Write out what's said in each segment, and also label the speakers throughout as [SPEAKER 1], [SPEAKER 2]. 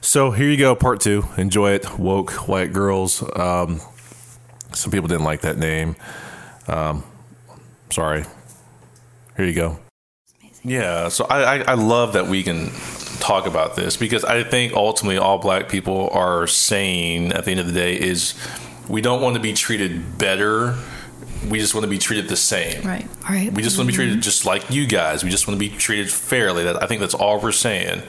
[SPEAKER 1] So here you go, part two. Enjoy it, woke white girls. Um, some people didn't like that name. Um, sorry. Here you go.
[SPEAKER 2] Yeah, so I, I, I love that we can talk about this because I think ultimately all black people are saying at the end of the day is we don't want to be treated better. We just want to be treated the same.
[SPEAKER 3] Right.
[SPEAKER 4] Right.
[SPEAKER 2] We just want to be treated just like you guys. We just want to be treated fairly. That I think that's all we're saying.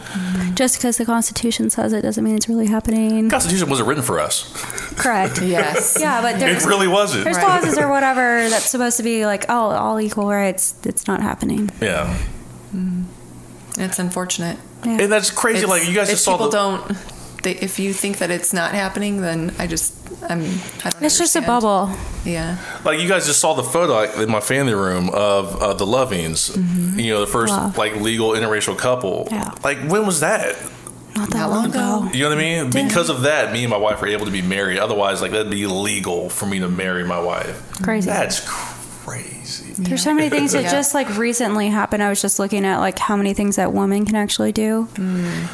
[SPEAKER 4] Just because the Constitution says it doesn't mean it's really happening.
[SPEAKER 2] Constitution wasn't written for us.
[SPEAKER 4] Correct.
[SPEAKER 3] Yes.
[SPEAKER 4] Yeah, but
[SPEAKER 2] It
[SPEAKER 4] there's,
[SPEAKER 2] really wasn't.
[SPEAKER 4] there's clauses or whatever that's supposed to be like, oh, all equal rights. It's not happening.
[SPEAKER 2] Yeah.
[SPEAKER 3] It's unfortunate.
[SPEAKER 2] And that's crazy.
[SPEAKER 3] It's-
[SPEAKER 2] like you guys
[SPEAKER 3] if
[SPEAKER 2] just saw
[SPEAKER 3] people
[SPEAKER 2] the,
[SPEAKER 3] don't. They, if you think that it's not happening, then I just I'm. I don't
[SPEAKER 4] It's just a
[SPEAKER 3] understand.
[SPEAKER 4] bubble.
[SPEAKER 3] Yeah.
[SPEAKER 2] like you guys just saw the photo like, in my family room of uh, the Lovings. You know, the first
[SPEAKER 4] Love.
[SPEAKER 2] like legal interracial couple.
[SPEAKER 4] Mm-hmm. Yeah.
[SPEAKER 2] Like when was that?
[SPEAKER 4] Not that
[SPEAKER 3] Not long
[SPEAKER 4] long ago.
[SPEAKER 3] ago.
[SPEAKER 2] You know what I mean? Because of that, me and my wife were able to be married. Otherwise, like that'd be illegal for me to marry my wife.
[SPEAKER 4] Crazy.
[SPEAKER 2] That's crazy.
[SPEAKER 4] There's so many things that
[SPEAKER 3] Yeah.
[SPEAKER 4] just like recently happened. I was just looking at like how many things that women can actually do.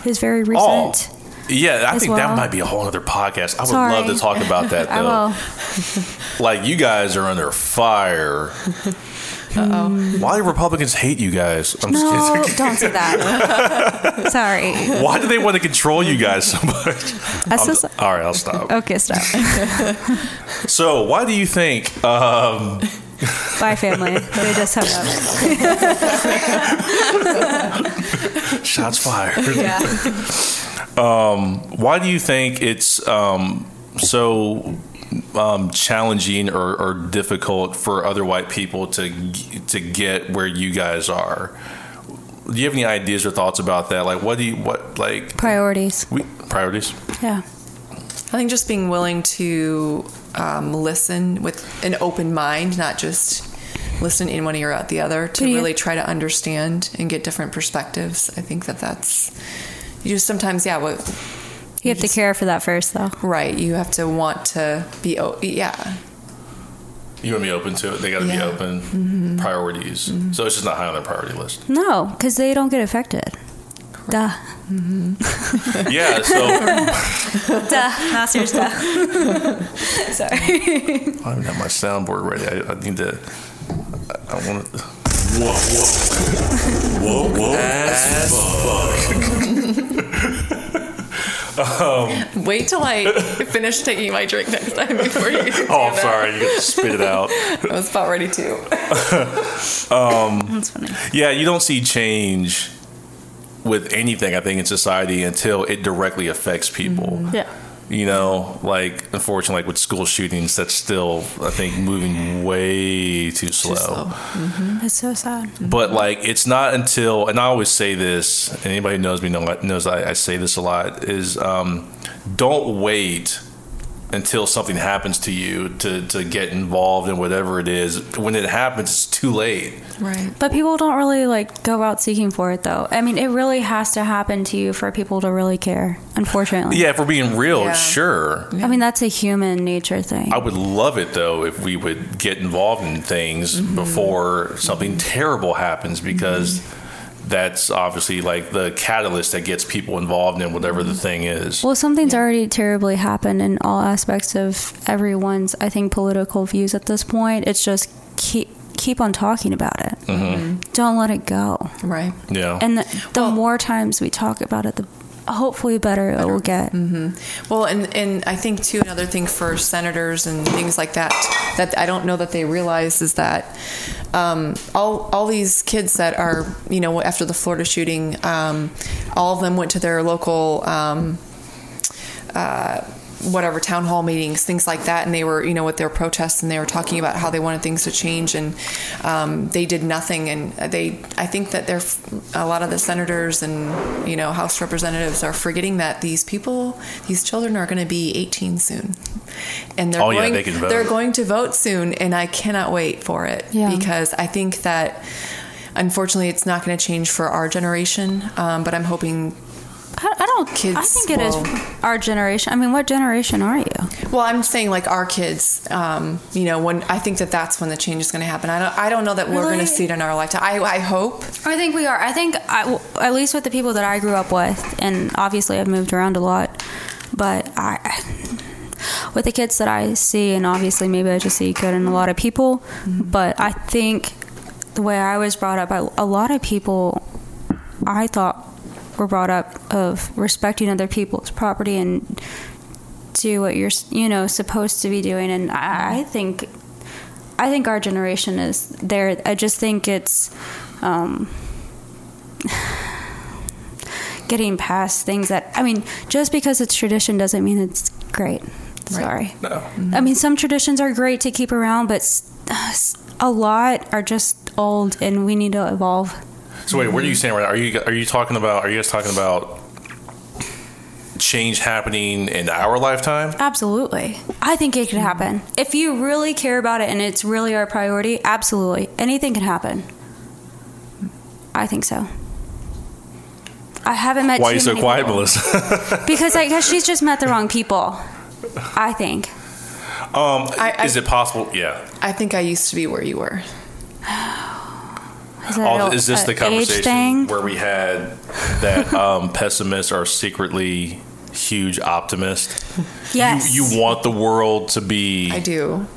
[SPEAKER 4] It's very recent.
[SPEAKER 2] All. Oh, Yeah, I
[SPEAKER 4] As
[SPEAKER 2] think
[SPEAKER 4] well.
[SPEAKER 2] that might be a whole other podcast. I would
[SPEAKER 4] Sorry.
[SPEAKER 2] love to talk about that
[SPEAKER 4] I
[SPEAKER 2] though.
[SPEAKER 4] will.
[SPEAKER 2] Like you guys are under fire.
[SPEAKER 3] Uh oh.
[SPEAKER 2] Why do Republicans hate you guys? I'm just
[SPEAKER 4] No,
[SPEAKER 2] kidding.
[SPEAKER 4] don't say that. Sorry.
[SPEAKER 2] Why do they want to control you guys so much?
[SPEAKER 4] That's
[SPEAKER 2] I'm-
[SPEAKER 4] just,
[SPEAKER 2] all right, I'll stop.
[SPEAKER 4] okay, stop.
[SPEAKER 2] So, why do you think um,
[SPEAKER 4] Bye, family. They just hung up.
[SPEAKER 2] shots fired? Um,
[SPEAKER 3] Yeah.
[SPEAKER 2] Why do you think it's um, so um, challenging or, or difficult for other white people to g- to get where you guys are? Do you have any ideas or thoughts about that? Like, what do you what like
[SPEAKER 4] Priorities.
[SPEAKER 2] we, priorities?
[SPEAKER 4] Yeah.
[SPEAKER 3] I think just being willing to um, listen with an open mind, not just listen in one ear out the other, to
[SPEAKER 4] Yeah.
[SPEAKER 3] really try to understand and get different perspectives. I think that that's you just sometimes, yeah, what,
[SPEAKER 4] You have to care for that first, though.
[SPEAKER 3] right. You have to want to be, o- yeah,
[SPEAKER 2] You want to be open to it. They got to be
[SPEAKER 3] Yeah. Mm-hmm.
[SPEAKER 2] open. Priorities. So it's just not high on their priority list.
[SPEAKER 4] No, because they don't get affected. Duh.
[SPEAKER 2] yeah. So
[SPEAKER 4] Duh. Masters, duh. Sorry.
[SPEAKER 2] I don't have my soundboard ready. I, I need to. I, I want to. Whoa! Whoa! whoa! Whoa!
[SPEAKER 3] Wait till I finish taking my drink next time before you.
[SPEAKER 2] Oh, I'm sorry. You got to spit it out.
[SPEAKER 3] I was about ready to.
[SPEAKER 4] That's funny.
[SPEAKER 2] Yeah, you don't see change with anything, I think, in society until it directly affects people.
[SPEAKER 3] Mm-hmm.
[SPEAKER 4] Yeah.
[SPEAKER 2] You know, like, unfortunately, like with school shootings, that's still, I think, moving way too slow.
[SPEAKER 3] slow.
[SPEAKER 4] That's so sad.
[SPEAKER 2] But, like, it's not until, and I always say this, and anybody who knows me know, knows I, I say this a lot, is um, don't wait until something happens to you to, to get involved in whatever it is. When it happens, it's too late.
[SPEAKER 3] Right.
[SPEAKER 4] But people don't really like go out seeking for it though. I mean, it really has to happen to you for people to really care, unfortunately.
[SPEAKER 2] Yeah, if we're being real,
[SPEAKER 3] Yeah.
[SPEAKER 2] sure.
[SPEAKER 4] I mean, that's a human nature thing.
[SPEAKER 2] I would love it though if we would get involved in things
[SPEAKER 4] Mm-hmm.
[SPEAKER 2] before something terrible happens because
[SPEAKER 4] Mm-hmm.
[SPEAKER 2] that's obviously like the catalyst that gets people involved in whatever the thing is.
[SPEAKER 4] Mm-hmm. Well, something's already terribly happened in all aspects of everyone's, I think, political views at this point. It's just keep keep on talking about it.
[SPEAKER 2] Mm-hmm.
[SPEAKER 4] Don't let it go.
[SPEAKER 3] Right.
[SPEAKER 2] Yeah.
[SPEAKER 4] And the, the more times we talk about it, the hopefully better, it will get.
[SPEAKER 3] Well, and and I think too another thing for senators and things like that that I don't know that they realize is that um, all all these kids that are you know after the Florida shooting, um, all of them went to their local. Um, uh, whatever town hall meetings, things like that, and they were, you know, with their protests, and they were talking about how they wanted things to change, and um, they did nothing. And they, I think that they're a lot of the senators and you know House representatives are forgetting that these people, these children, are going to be 18 soon, and they're
[SPEAKER 2] Oh, yeah,
[SPEAKER 3] going,
[SPEAKER 2] they can vote.
[SPEAKER 3] they're going to vote soon, and I cannot wait for it
[SPEAKER 4] Yeah.
[SPEAKER 3] because I think that. Unfortunately, it's not going to change for our generation, um, but I'm hoping
[SPEAKER 4] I, I don't
[SPEAKER 3] don't know kids.
[SPEAKER 4] I think it is our generation. I mean, what generation are you?
[SPEAKER 3] Well, I'm saying like our kids. Um, you know, when I think that that's when the change is going to happen. I don't. I don't know that we're going to
[SPEAKER 4] Really?
[SPEAKER 3] see it in our lifetime. I, I hope.
[SPEAKER 4] I think we are. I think, I, w- at least with the people that I grew up with, and obviously I've moved around a lot, but I, with the kids that I see, and obviously maybe I just see good in a lot of people, but I think the way I was brought up, I, a lot of people I thought were brought up of respecting other people's property and do what you're, s- you know, supposed to be doing, and I, I think. I think our generation is there. I just think it's um, getting past things that I mean, just because it's tradition doesn't mean it's great. Sorry.
[SPEAKER 2] No.
[SPEAKER 4] I mean, some traditions are great to keep around, but s- s- a lot are just old, and we need to evolve.
[SPEAKER 2] So wait,
[SPEAKER 4] Mm-hmm.
[SPEAKER 2] what are you saying right now? Are you are you talking about? Are you guys talking about change happening in our lifetime?
[SPEAKER 4] Absolutely. I think it could happen. If you really care about it and it's really our priority, absolutely. Anything can happen. I think so. I haven't met
[SPEAKER 2] Why are
[SPEAKER 4] too
[SPEAKER 2] you so
[SPEAKER 4] many
[SPEAKER 2] quiet,
[SPEAKER 4] people.
[SPEAKER 2] Melissa?
[SPEAKER 4] Because I guess she's just met the wrong people. I think.
[SPEAKER 2] Um,
[SPEAKER 3] I- I-
[SPEAKER 2] is it possible? Yeah.
[SPEAKER 3] I think I used to be where you were.
[SPEAKER 4] Is, that
[SPEAKER 2] All-
[SPEAKER 4] a-
[SPEAKER 2] is this
[SPEAKER 4] a
[SPEAKER 2] the
[SPEAKER 4] age
[SPEAKER 2] conversation
[SPEAKER 4] thing?
[SPEAKER 2] where we had that um, pessimists are secretly huge optimists?
[SPEAKER 4] Yes.
[SPEAKER 2] You, you want the world to be
[SPEAKER 3] I do.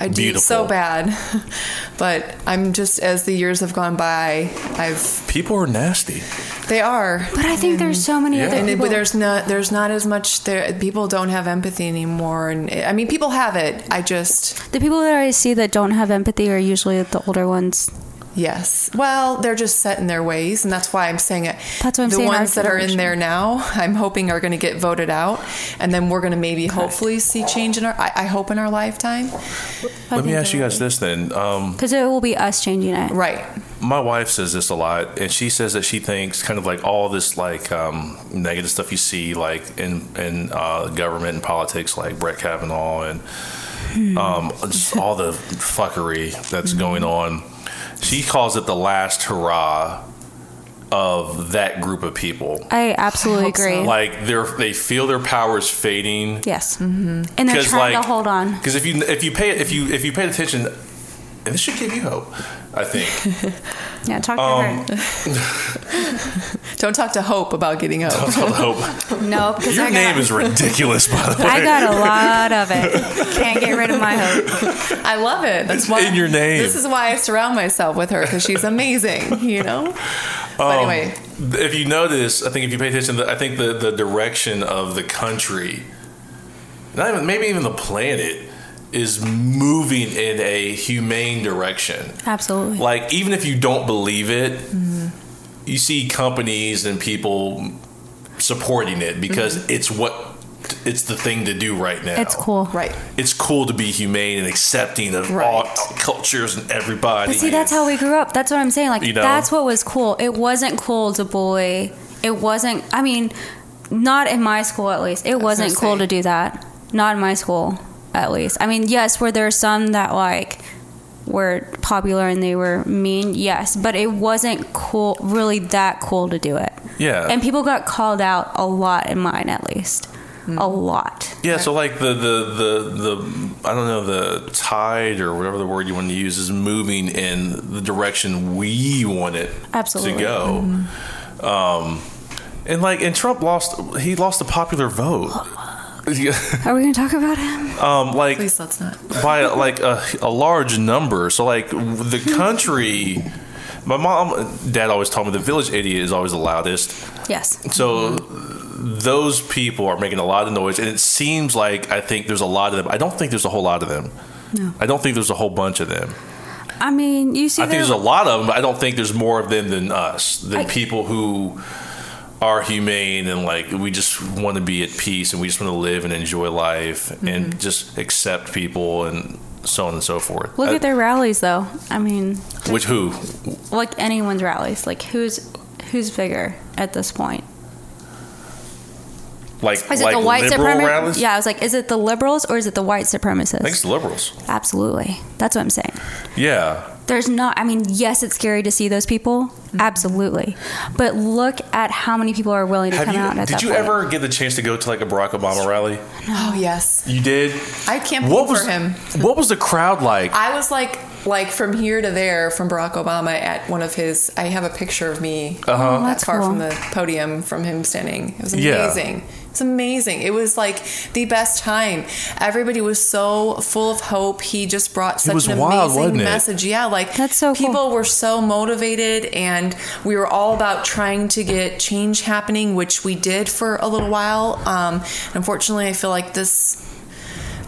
[SPEAKER 3] I do
[SPEAKER 2] Beautiful.
[SPEAKER 3] so bad. but I'm just as the years have gone by, I've
[SPEAKER 2] people are nasty.
[SPEAKER 3] they are.
[SPEAKER 4] but I think there's so many other
[SPEAKER 3] And it,
[SPEAKER 4] people.
[SPEAKER 3] but there's not there's not as much there. People don't have empathy anymore, and I mean people have it. I just
[SPEAKER 4] the people that I see that don't have empathy are usually the older ones.
[SPEAKER 3] yes. Well, they're just set in their ways, and that's why I'm saying it.
[SPEAKER 4] That's what I'm
[SPEAKER 3] the
[SPEAKER 4] saying, our
[SPEAKER 3] ones that are in
[SPEAKER 4] generation.
[SPEAKER 3] there now, I'm hoping are going to get voted out, and then we're going to maybe hopefully see change in our. I, I hope in our lifetime.
[SPEAKER 2] Let me ask you guys this then. Um,
[SPEAKER 4] Because it will be us changing it.
[SPEAKER 3] Right.
[SPEAKER 2] my wife says this a lot, and she says that she thinks kind of like all this like um, negative stuff you see like in in uh, government and politics, like Brett Kavanaugh and
[SPEAKER 4] Hmm.
[SPEAKER 2] um, just all the fuckery that's
[SPEAKER 4] Mm-hmm.
[SPEAKER 2] going on. She calls it the last hurrah of that group of people.
[SPEAKER 4] I absolutely
[SPEAKER 3] hope so.
[SPEAKER 4] agree.
[SPEAKER 2] Like they're they feel their powers fading.
[SPEAKER 4] Yes.
[SPEAKER 3] Mm-hmm.
[SPEAKER 4] And they're trying to hold on.
[SPEAKER 2] Because if you if you pay if you if you paid attention, and this should give you hope, I think.
[SPEAKER 4] Yeah, talk
[SPEAKER 2] Um,
[SPEAKER 4] to her.
[SPEAKER 3] Don't talk to Hope about getting out.
[SPEAKER 2] hope.
[SPEAKER 4] No, because
[SPEAKER 2] um, Your
[SPEAKER 4] I
[SPEAKER 2] name
[SPEAKER 4] got,
[SPEAKER 2] is ridiculous, by the way.
[SPEAKER 4] I got a lot of it. Can't get rid of my hope.
[SPEAKER 3] I love it. That's
[SPEAKER 2] It's
[SPEAKER 3] why
[SPEAKER 2] in your name.
[SPEAKER 3] This is why I surround myself with her because she's amazing. You know. but anyway,
[SPEAKER 2] Um, if you notice, I think if you pay attention, I think the, the direction of the country, not even, maybe even the planet, is moving in a humane direction.
[SPEAKER 4] Absolutely.
[SPEAKER 2] Like, even if you don't believe it,
[SPEAKER 4] Mm-hmm.
[SPEAKER 2] you see companies and people supporting it because it's what it's the thing to do right now.
[SPEAKER 4] Mm-hmm. It's cool.
[SPEAKER 3] right.
[SPEAKER 2] It's cool to be humane and accepting of all
[SPEAKER 3] Right.
[SPEAKER 2] cultures and everybody.
[SPEAKER 4] But see, that's how we grew up. That's what I'm saying. Like,
[SPEAKER 2] You know?
[SPEAKER 4] that's what was cool. It wasn't cool to bully. It wasn't, I mean, not in my school at least. It wasn't
[SPEAKER 3] I'm
[SPEAKER 4] cool
[SPEAKER 3] saying.
[SPEAKER 4] to do that. Not in my school at least. I mean, yes, were there some that, like, were popular and they were mean? Yes. But it wasn't cool, really that cool to do it.
[SPEAKER 2] Yeah.
[SPEAKER 4] And people got called out a lot in mine at least.
[SPEAKER 2] Hmm.
[SPEAKER 4] A lot.
[SPEAKER 2] Yeah, so like the, the the the I don't know the tide or whatever the word you want to use is moving in the direction we want it
[SPEAKER 4] Absolutely.
[SPEAKER 2] to go. Um, and like and Trump lost he lost the popular vote.
[SPEAKER 4] Are we going to talk about him?
[SPEAKER 2] um, like
[SPEAKER 3] Please let's not.
[SPEAKER 2] by like a, a large number. So like the country. My mom, dad always told me the village idiot is always the loudest.
[SPEAKER 4] Yes.
[SPEAKER 2] So those people are making a lot of noise, and it seems like I think there's a lot of them. I don't think there's a whole lot of them.
[SPEAKER 4] No.
[SPEAKER 2] I don't think there's a whole bunch of them.
[SPEAKER 4] I mean, you see,
[SPEAKER 2] I think
[SPEAKER 4] there-
[SPEAKER 2] there's a lot of them, but I don't think there's more of them than us, than
[SPEAKER 4] I-
[SPEAKER 2] people who are humane and like we just want to be at peace and we just want to live and enjoy life
[SPEAKER 4] Mm-hmm.
[SPEAKER 2] and just accept people and so on and so forth.
[SPEAKER 4] Look
[SPEAKER 2] I-
[SPEAKER 4] at their rallies, though. I mean,
[SPEAKER 2] which who?
[SPEAKER 4] like anyone's rallies. Like who's who's bigger at this point?
[SPEAKER 2] Like
[SPEAKER 4] Is
[SPEAKER 2] like
[SPEAKER 4] it the white
[SPEAKER 2] liberal
[SPEAKER 4] supremacists?
[SPEAKER 2] rallies?
[SPEAKER 4] Yeah, I was like, is it the liberals or is it the white supremacists?
[SPEAKER 2] I think it's the liberals.
[SPEAKER 4] Absolutely, that's what I'm saying.
[SPEAKER 2] Yeah.
[SPEAKER 4] There's not. I mean, yes, it's scary to see those people, Absolutely. But look at how many people are willing to
[SPEAKER 2] Have
[SPEAKER 4] come
[SPEAKER 2] you?
[SPEAKER 4] out at
[SPEAKER 2] did
[SPEAKER 4] that
[SPEAKER 2] you
[SPEAKER 4] point.
[SPEAKER 2] ever get the chance to go to like a Barack Obama rally?
[SPEAKER 3] Oh yes,
[SPEAKER 2] You did.
[SPEAKER 3] I can't
[SPEAKER 2] What
[SPEAKER 3] pull
[SPEAKER 2] was
[SPEAKER 3] for him.
[SPEAKER 2] What was the crowd like?
[SPEAKER 3] I was like like from here to there from Barack Obama at one of his. I have a picture of me
[SPEAKER 4] Oh,
[SPEAKER 3] that
[SPEAKER 4] that's
[SPEAKER 3] far
[SPEAKER 4] cool.
[SPEAKER 3] from the podium from him standing. It was
[SPEAKER 2] Uh-huh. Yeah.
[SPEAKER 3] amazing. It's amazing. It was like the best time. Everybody was so full of hope. He just brought such
[SPEAKER 2] was
[SPEAKER 3] an
[SPEAKER 2] wild,
[SPEAKER 3] amazing
[SPEAKER 2] wasn't it?
[SPEAKER 3] message. Yeah, like
[SPEAKER 4] That's so cool.
[SPEAKER 3] people were so motivated and we were all about trying to get change happening, which we did for a little while. Um, unfortunately, I feel like this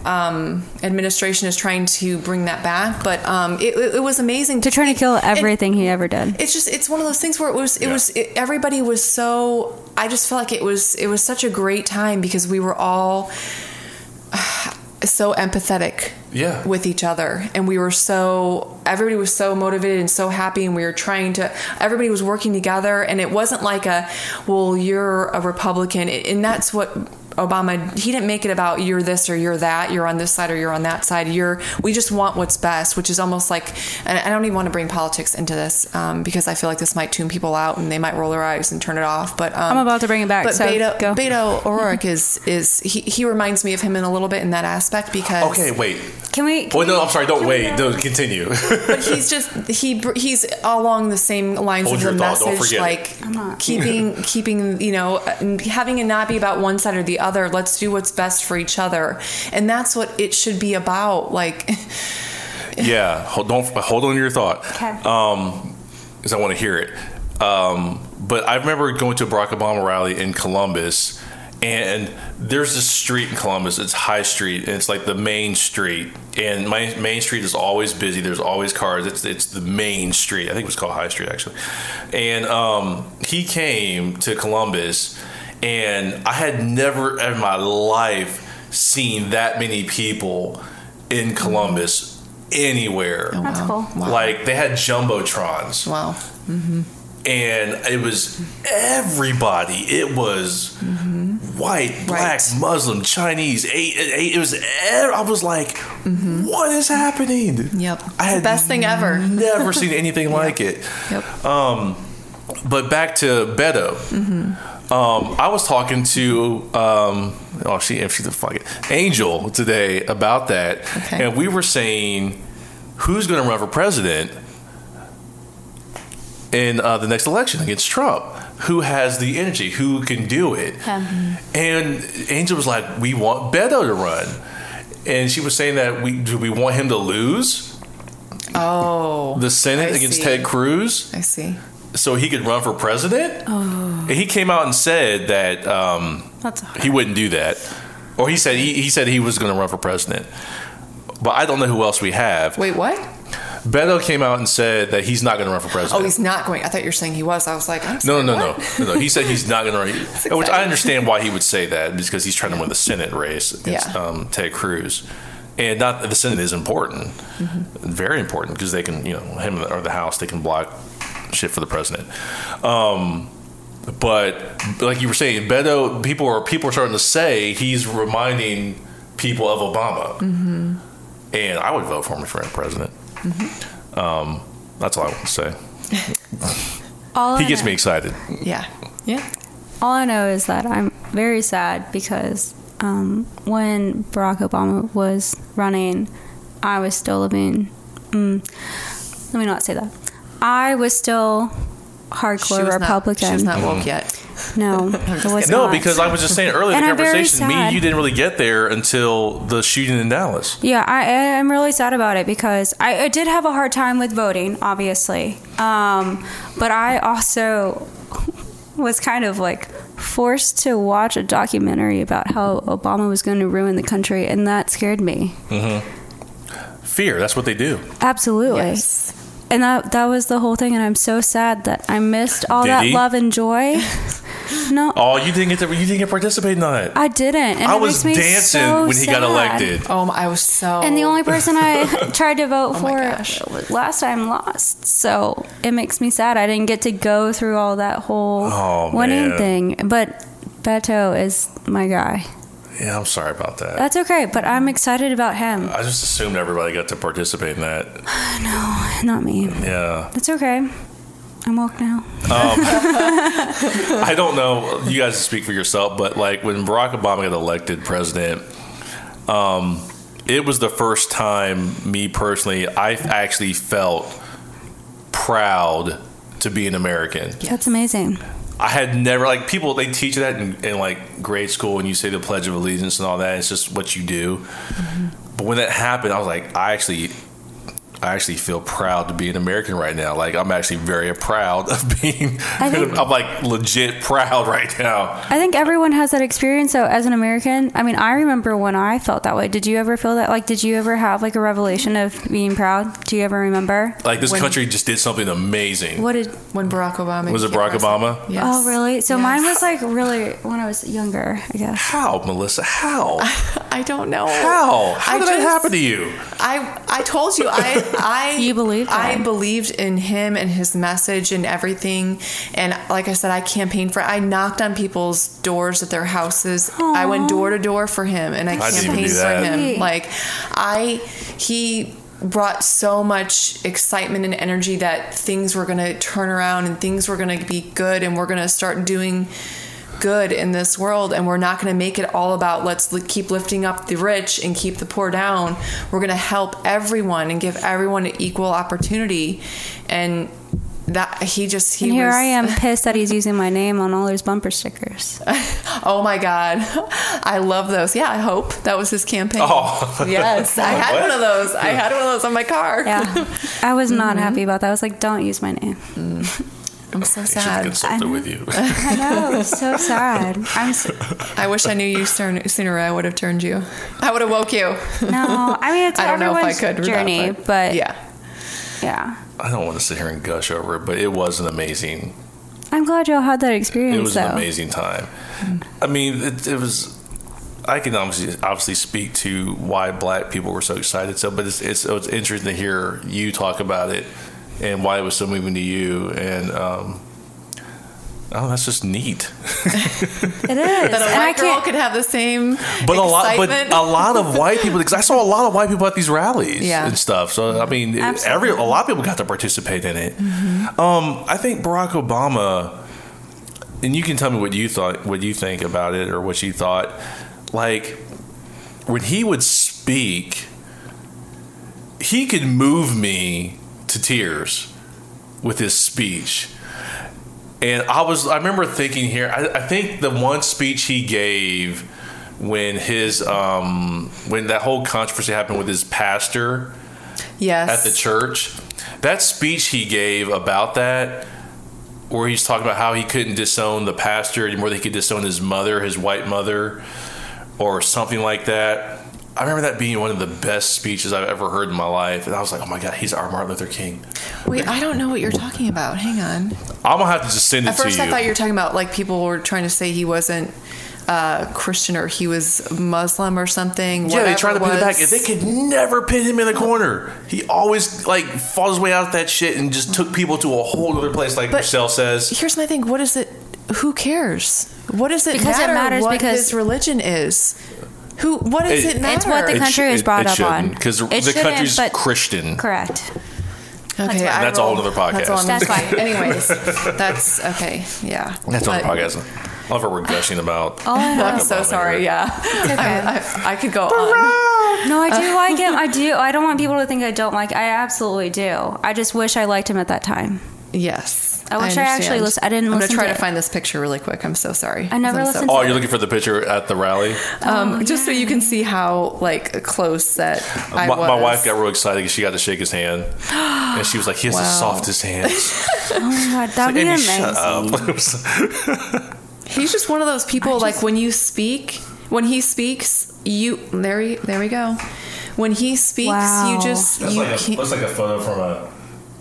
[SPEAKER 3] um, administration is trying to bring that back, but um, it, it, it was amazing
[SPEAKER 4] They're trying to kill
[SPEAKER 3] And
[SPEAKER 4] everything he ever did.
[SPEAKER 3] it's just it's one of those things where it was it was it, everybody was so I just felt like it was it was such a great time because we were all so empathetic
[SPEAKER 2] Yeah.
[SPEAKER 3] with each other and we were so everybody was so motivated and so happy and we were trying to everybody was working together and it wasn't like a well you're a republican and that's what obama he didn't make it about you're this or you're that you're on this side or you're on that side you're we just want what's best which is almost like and i don't even want to bring politics into this um, because i feel like this might tune people out and they might roll their eyes and turn it off but um,
[SPEAKER 4] I'm about to bring it back,
[SPEAKER 3] but
[SPEAKER 4] so
[SPEAKER 3] Beto,
[SPEAKER 4] go.
[SPEAKER 3] Beto O'Rourke is is he, he reminds me of him in a little bit in that aspect because
[SPEAKER 2] Okay, wait.
[SPEAKER 4] Can we? Can
[SPEAKER 2] Well, no,
[SPEAKER 4] we-
[SPEAKER 2] I'm sorry. Don't
[SPEAKER 4] can we
[SPEAKER 2] wait.
[SPEAKER 4] not-
[SPEAKER 2] No, continue.
[SPEAKER 3] but he's just he br- he's along the same lines
[SPEAKER 2] Hold
[SPEAKER 3] of
[SPEAKER 2] your
[SPEAKER 3] the
[SPEAKER 2] thought, don't
[SPEAKER 3] message,
[SPEAKER 2] forget it.
[SPEAKER 3] like keeping keeping you know uh, having it not be about one side or the other. Let's do what's best for each other, and that's what it should be about. Like,
[SPEAKER 2] yeah. Hold, don't hold on to your thought.
[SPEAKER 4] Okay.
[SPEAKER 2] Um, because I want to hear it. Um, but I remember going to a Barack Obama rally in Columbus, and there's this street in Columbus. It's High Street, and it's like the main street. And my main street is always busy. There's always cars. It's it's the main street. I think it was called High Street actually. And um, he came to Columbus, and I had never in my life seen that many people in Columbus anywhere.
[SPEAKER 4] That's cool.
[SPEAKER 2] Like they had jumbotrons
[SPEAKER 3] wow,
[SPEAKER 2] and it was everybody. It was white, black,
[SPEAKER 3] Mm-hmm. Right.
[SPEAKER 2] Muslim, Chinese. Eight, eight, it was. ev- I was like, "What is happening?"
[SPEAKER 3] Mm-hmm. Yep.
[SPEAKER 2] I
[SPEAKER 3] It's the
[SPEAKER 2] had Mm-hmm.
[SPEAKER 3] best thing ever.
[SPEAKER 2] Never seen anything like it.
[SPEAKER 3] yep,
[SPEAKER 2] But back to Beto.
[SPEAKER 3] Mm-hmm.
[SPEAKER 2] Um, I was talking to um, oh she if she's a fucking angel today about that,
[SPEAKER 3] Okay.
[SPEAKER 2] and we were saying who's going to run for president in uh, the next election against Trump. Who has the energy? Who can do it?
[SPEAKER 4] Yeah.
[SPEAKER 2] And Angel was like, "We want Beto to run," and she was saying that we do we want him to lose
[SPEAKER 3] oh,
[SPEAKER 2] the Senate
[SPEAKER 3] I
[SPEAKER 2] against
[SPEAKER 3] see.
[SPEAKER 2] Ted Cruz?
[SPEAKER 3] I see.
[SPEAKER 2] so he could run for president. And he came out and said that um,
[SPEAKER 4] That's
[SPEAKER 2] he wouldn't do that, or he said he, he said he was going to run for president. But I don't know who else we have.
[SPEAKER 3] Wait, what?
[SPEAKER 2] Beto came out and said that he's not going to run for
[SPEAKER 3] Oh,
[SPEAKER 2] president.
[SPEAKER 3] he's not going. I thought you were saying he was. I was like, I'm
[SPEAKER 2] no,
[SPEAKER 3] sorry,
[SPEAKER 2] no, no,
[SPEAKER 3] what?
[SPEAKER 2] no, no, no. He said he's not going to run. Which I
[SPEAKER 3] exciting.
[SPEAKER 2] understand why he would say that because he's trying to win the Senate race against
[SPEAKER 3] Yeah.
[SPEAKER 2] um, Ted Cruz, and not the Senate is important,
[SPEAKER 3] Mm-hmm.
[SPEAKER 2] very important because they can you know him or the House they can block shit for the president. Um, but like you were saying, Beto, people are people are starting to say he's reminding people of Obama,
[SPEAKER 3] Mm-hmm.
[SPEAKER 2] and I would vote for him for president.
[SPEAKER 3] Mm-hmm.
[SPEAKER 2] Um, that's all I want to say.
[SPEAKER 4] All
[SPEAKER 2] He
[SPEAKER 4] I
[SPEAKER 2] gets
[SPEAKER 4] know-
[SPEAKER 2] me excited.
[SPEAKER 3] Yeah, yeah.
[SPEAKER 4] All I know is that I'm very sad because um, when Barack Obama was running, I was still living. Mm, let me not say that. I was still hardcore
[SPEAKER 3] was
[SPEAKER 4] Republican.
[SPEAKER 3] Not, she was not
[SPEAKER 2] Mm-hmm.
[SPEAKER 3] woke yet.
[SPEAKER 4] No, it was
[SPEAKER 2] No,
[SPEAKER 4] not.
[SPEAKER 2] because I was just saying earlier in
[SPEAKER 4] And
[SPEAKER 2] the
[SPEAKER 4] I'm very
[SPEAKER 2] conversation, me
[SPEAKER 4] sad.
[SPEAKER 2] and you didn't really get there until the shooting in Dallas.
[SPEAKER 4] Yeah, I, I am really sad about it because I, I did have a hard time with voting, obviously. Um, but I also was kind of like forced to watch a documentary about how Obama was going to ruin the country, and that scared me.
[SPEAKER 2] Mm-hmm. Fear, that's what they do.
[SPEAKER 4] Absolutely.
[SPEAKER 3] Yes.
[SPEAKER 4] And that, that was the whole thing, and I'm so sad that I missed all
[SPEAKER 2] Did
[SPEAKER 4] that
[SPEAKER 2] he?
[SPEAKER 4] love and joy. No,
[SPEAKER 2] Oh, you didn't get to, you didn't get participate in that.
[SPEAKER 4] I didn't. And
[SPEAKER 2] I
[SPEAKER 4] it
[SPEAKER 2] was
[SPEAKER 4] makes me
[SPEAKER 2] dancing
[SPEAKER 4] so
[SPEAKER 2] when he got
[SPEAKER 4] sad.
[SPEAKER 2] elected.
[SPEAKER 3] Oh, I was so.
[SPEAKER 4] And the only person I tried to vote
[SPEAKER 3] my
[SPEAKER 4] for
[SPEAKER 3] gosh.
[SPEAKER 4] last time lost. So it makes me sad. I didn't get to go through all that whole
[SPEAKER 2] Oh,
[SPEAKER 4] winning
[SPEAKER 2] man.
[SPEAKER 4] thing. But Beto is my guy.
[SPEAKER 2] Yeah, I'm sorry about that.
[SPEAKER 4] That's okay. But I'm excited about him,
[SPEAKER 2] I just assumed everybody got to participate in that.
[SPEAKER 4] not me.
[SPEAKER 2] Yeah.
[SPEAKER 4] That's okay. I'm woke now.
[SPEAKER 2] I don't know. You guys speak for yourself, but like when Barack Obama got elected president, um, it was the first time me personally I actually felt proud to be an American.
[SPEAKER 4] That's amazing.
[SPEAKER 2] I had never like people they teach that in, in like grade school and you say the Pledge of Allegiance and all that. It's just what you do.
[SPEAKER 3] Mm-hmm.
[SPEAKER 2] But when that happened, I was like, I actually. I actually feel proud to be an American right now. Like I'm actually very proud of being.
[SPEAKER 4] I think-
[SPEAKER 2] I'm like legit proud right now.
[SPEAKER 4] I think everyone has that experience though as an American. I mean, I remember when I felt that way. Did you ever feel that? Like, did you ever have like a revelation of being proud? Do you ever remember?
[SPEAKER 2] Like this
[SPEAKER 3] When-
[SPEAKER 2] country just did something amazing.
[SPEAKER 4] What did
[SPEAKER 3] When Barack Obama
[SPEAKER 2] Was it
[SPEAKER 3] became
[SPEAKER 2] Barack
[SPEAKER 3] president.
[SPEAKER 2] Obama?
[SPEAKER 3] Yes.
[SPEAKER 4] Oh, really? So mine
[SPEAKER 3] Yes.
[SPEAKER 4] was like really when I was younger, I guess.
[SPEAKER 2] How, Melissa? How?
[SPEAKER 3] I don't know
[SPEAKER 2] How? How
[SPEAKER 3] I
[SPEAKER 2] did that
[SPEAKER 3] just-
[SPEAKER 2] happen to you?
[SPEAKER 3] I I told you I I
[SPEAKER 4] You believed
[SPEAKER 3] I
[SPEAKER 4] him.
[SPEAKER 3] believed in him and his message and everything and like I said I campaigned for I knocked on people's doors at their houses I went
[SPEAKER 4] Aw.
[SPEAKER 3] door to door for him and I
[SPEAKER 2] I didn't even
[SPEAKER 3] campaigned
[SPEAKER 2] do
[SPEAKER 3] for
[SPEAKER 2] that.
[SPEAKER 3] him
[SPEAKER 4] Sweet.
[SPEAKER 3] like I he brought so much excitement and energy that things were going to turn around and things were going to be good and we're going to start doing good in this world and we're not going to make it all about let's li- keep lifting up the rich and keep the poor down we're going to help everyone and give everyone an equal opportunity and that he just he
[SPEAKER 4] And here
[SPEAKER 3] was,
[SPEAKER 4] I am pissed that he's using my name on all his bumper stickers.
[SPEAKER 3] oh my god i love those yeah i hope that was his campaign
[SPEAKER 2] Oh.
[SPEAKER 3] yes i had
[SPEAKER 2] What?
[SPEAKER 3] one of those i had one of those on my car
[SPEAKER 4] Yeah. I was not happy about that. I was like, don't use my name.
[SPEAKER 3] i'm so
[SPEAKER 2] I should have
[SPEAKER 3] sad
[SPEAKER 2] consulted with you.
[SPEAKER 4] I know. It's so sad. I'm s
[SPEAKER 3] i wish i knew you soon- sooner i would have turned you i would have woke you
[SPEAKER 4] no. I mean, it's
[SPEAKER 3] i don't know if i
[SPEAKER 4] everyone's
[SPEAKER 3] could or not,
[SPEAKER 4] journey, but, yeah.
[SPEAKER 3] yeah
[SPEAKER 4] yeah.
[SPEAKER 2] I don't want to sit here and gush over it, but it was an amazing.
[SPEAKER 4] I'm glad y'all had that experience,
[SPEAKER 2] It was
[SPEAKER 4] though.
[SPEAKER 2] an amazing time. I mean, it, it was. I can obviously obviously speak to why black people were so excited. So, but it's it's, it's interesting to hear you talk about it and why it was so moving to you. And um, oh, that's just neat.
[SPEAKER 4] It is.
[SPEAKER 3] that a
[SPEAKER 4] And I
[SPEAKER 3] white girl
[SPEAKER 4] can't.
[SPEAKER 3] could have the same
[SPEAKER 2] but a lot, but
[SPEAKER 3] excitement.
[SPEAKER 2] a lot of white people. Because I saw a lot of white people at these rallies
[SPEAKER 3] Yeah.
[SPEAKER 2] and stuff. So I mean, every a lot of people got to participate in it. Um, I think Barack Obama, and you can tell me what you thought, what you think about it, or what you thought. Like when he would speak, he could move me to tears with his speech. And I was, I remember thinking here, I, I think the one speech he gave when his, um, when that whole controversy happened with his pastor
[SPEAKER 3] yes
[SPEAKER 2] at the church, that speech he gave about that, where he's talking about how he couldn't disown the pastor anymore than he could disown his mother, his white mother, or something like that. I remember that being one of the best speeches I've ever heard in my life. And I was like, oh my God, he's our Martin Luther King.
[SPEAKER 3] Wait, I don't know what you're talking about. Hang on.
[SPEAKER 2] I'm going to have to just send it
[SPEAKER 3] At first,
[SPEAKER 2] to you.
[SPEAKER 3] I thought you were talking about like people were trying to say he wasn't uh, Christian or he was Muslim or something.
[SPEAKER 2] Yeah, they try to
[SPEAKER 3] whatever
[SPEAKER 2] pin him
[SPEAKER 3] it
[SPEAKER 2] back.
[SPEAKER 3] was.
[SPEAKER 2] They could never pin him in a corner. He always like fought his way out of that shit and just took people to a whole other place, like
[SPEAKER 3] But-
[SPEAKER 2] Michelle says.
[SPEAKER 3] Here's my thing. What is it? Who cares? What does it
[SPEAKER 4] Because it
[SPEAKER 3] matter
[SPEAKER 4] matters
[SPEAKER 3] what
[SPEAKER 4] because-
[SPEAKER 3] his religion is? Who? What does
[SPEAKER 2] It-
[SPEAKER 3] it, matter?
[SPEAKER 4] It's what the country was brought up on.
[SPEAKER 2] because the
[SPEAKER 4] It shouldn't,
[SPEAKER 2] country's
[SPEAKER 4] but-
[SPEAKER 2] Christian.
[SPEAKER 4] Correct.
[SPEAKER 3] Okay,
[SPEAKER 4] That's
[SPEAKER 3] I
[SPEAKER 2] That's a whole
[SPEAKER 3] rolled-
[SPEAKER 2] other podcast.
[SPEAKER 3] That's, all I'm
[SPEAKER 4] That's
[SPEAKER 3] gonna say.
[SPEAKER 4] fine.
[SPEAKER 3] Anyways, that's okay. Yeah,
[SPEAKER 2] That's on the
[SPEAKER 3] But-
[SPEAKER 2] podcast. I love what we're gushing about.
[SPEAKER 4] All I
[SPEAKER 3] I'm
[SPEAKER 4] know.
[SPEAKER 3] so sorry. Yeah, I, I, I could go on.
[SPEAKER 4] No, I do like him. I do. I don't want people to think I don't like. I absolutely do. I just wish I liked him at that time.
[SPEAKER 3] Yes.
[SPEAKER 4] I wish I
[SPEAKER 3] understand.
[SPEAKER 4] actually lis- I didn't
[SPEAKER 3] I'm gonna
[SPEAKER 4] listen
[SPEAKER 3] try
[SPEAKER 4] to
[SPEAKER 3] to
[SPEAKER 4] it.
[SPEAKER 3] find this picture really quick. I'm so sorry.
[SPEAKER 4] I never
[SPEAKER 3] I'm
[SPEAKER 4] listened Oh,
[SPEAKER 2] Oh, you're looking for the picture at the rally?
[SPEAKER 3] um, just so you can see how like close that I
[SPEAKER 2] my,
[SPEAKER 3] was.
[SPEAKER 2] my wife got real excited because she got to shake his hand. And she was like, he has the
[SPEAKER 3] Wow.
[SPEAKER 2] softest hands.
[SPEAKER 4] Oh my god, that'd be
[SPEAKER 2] Andy,
[SPEAKER 4] amazing.
[SPEAKER 2] shut up.
[SPEAKER 3] He's just one of those people. like when you speak, when he speaks, you there. You, there we go. When he speaks,
[SPEAKER 4] Wow.
[SPEAKER 3] you just
[SPEAKER 2] That's
[SPEAKER 3] you
[SPEAKER 2] like, a,
[SPEAKER 3] can't.
[SPEAKER 2] that's like a photo from a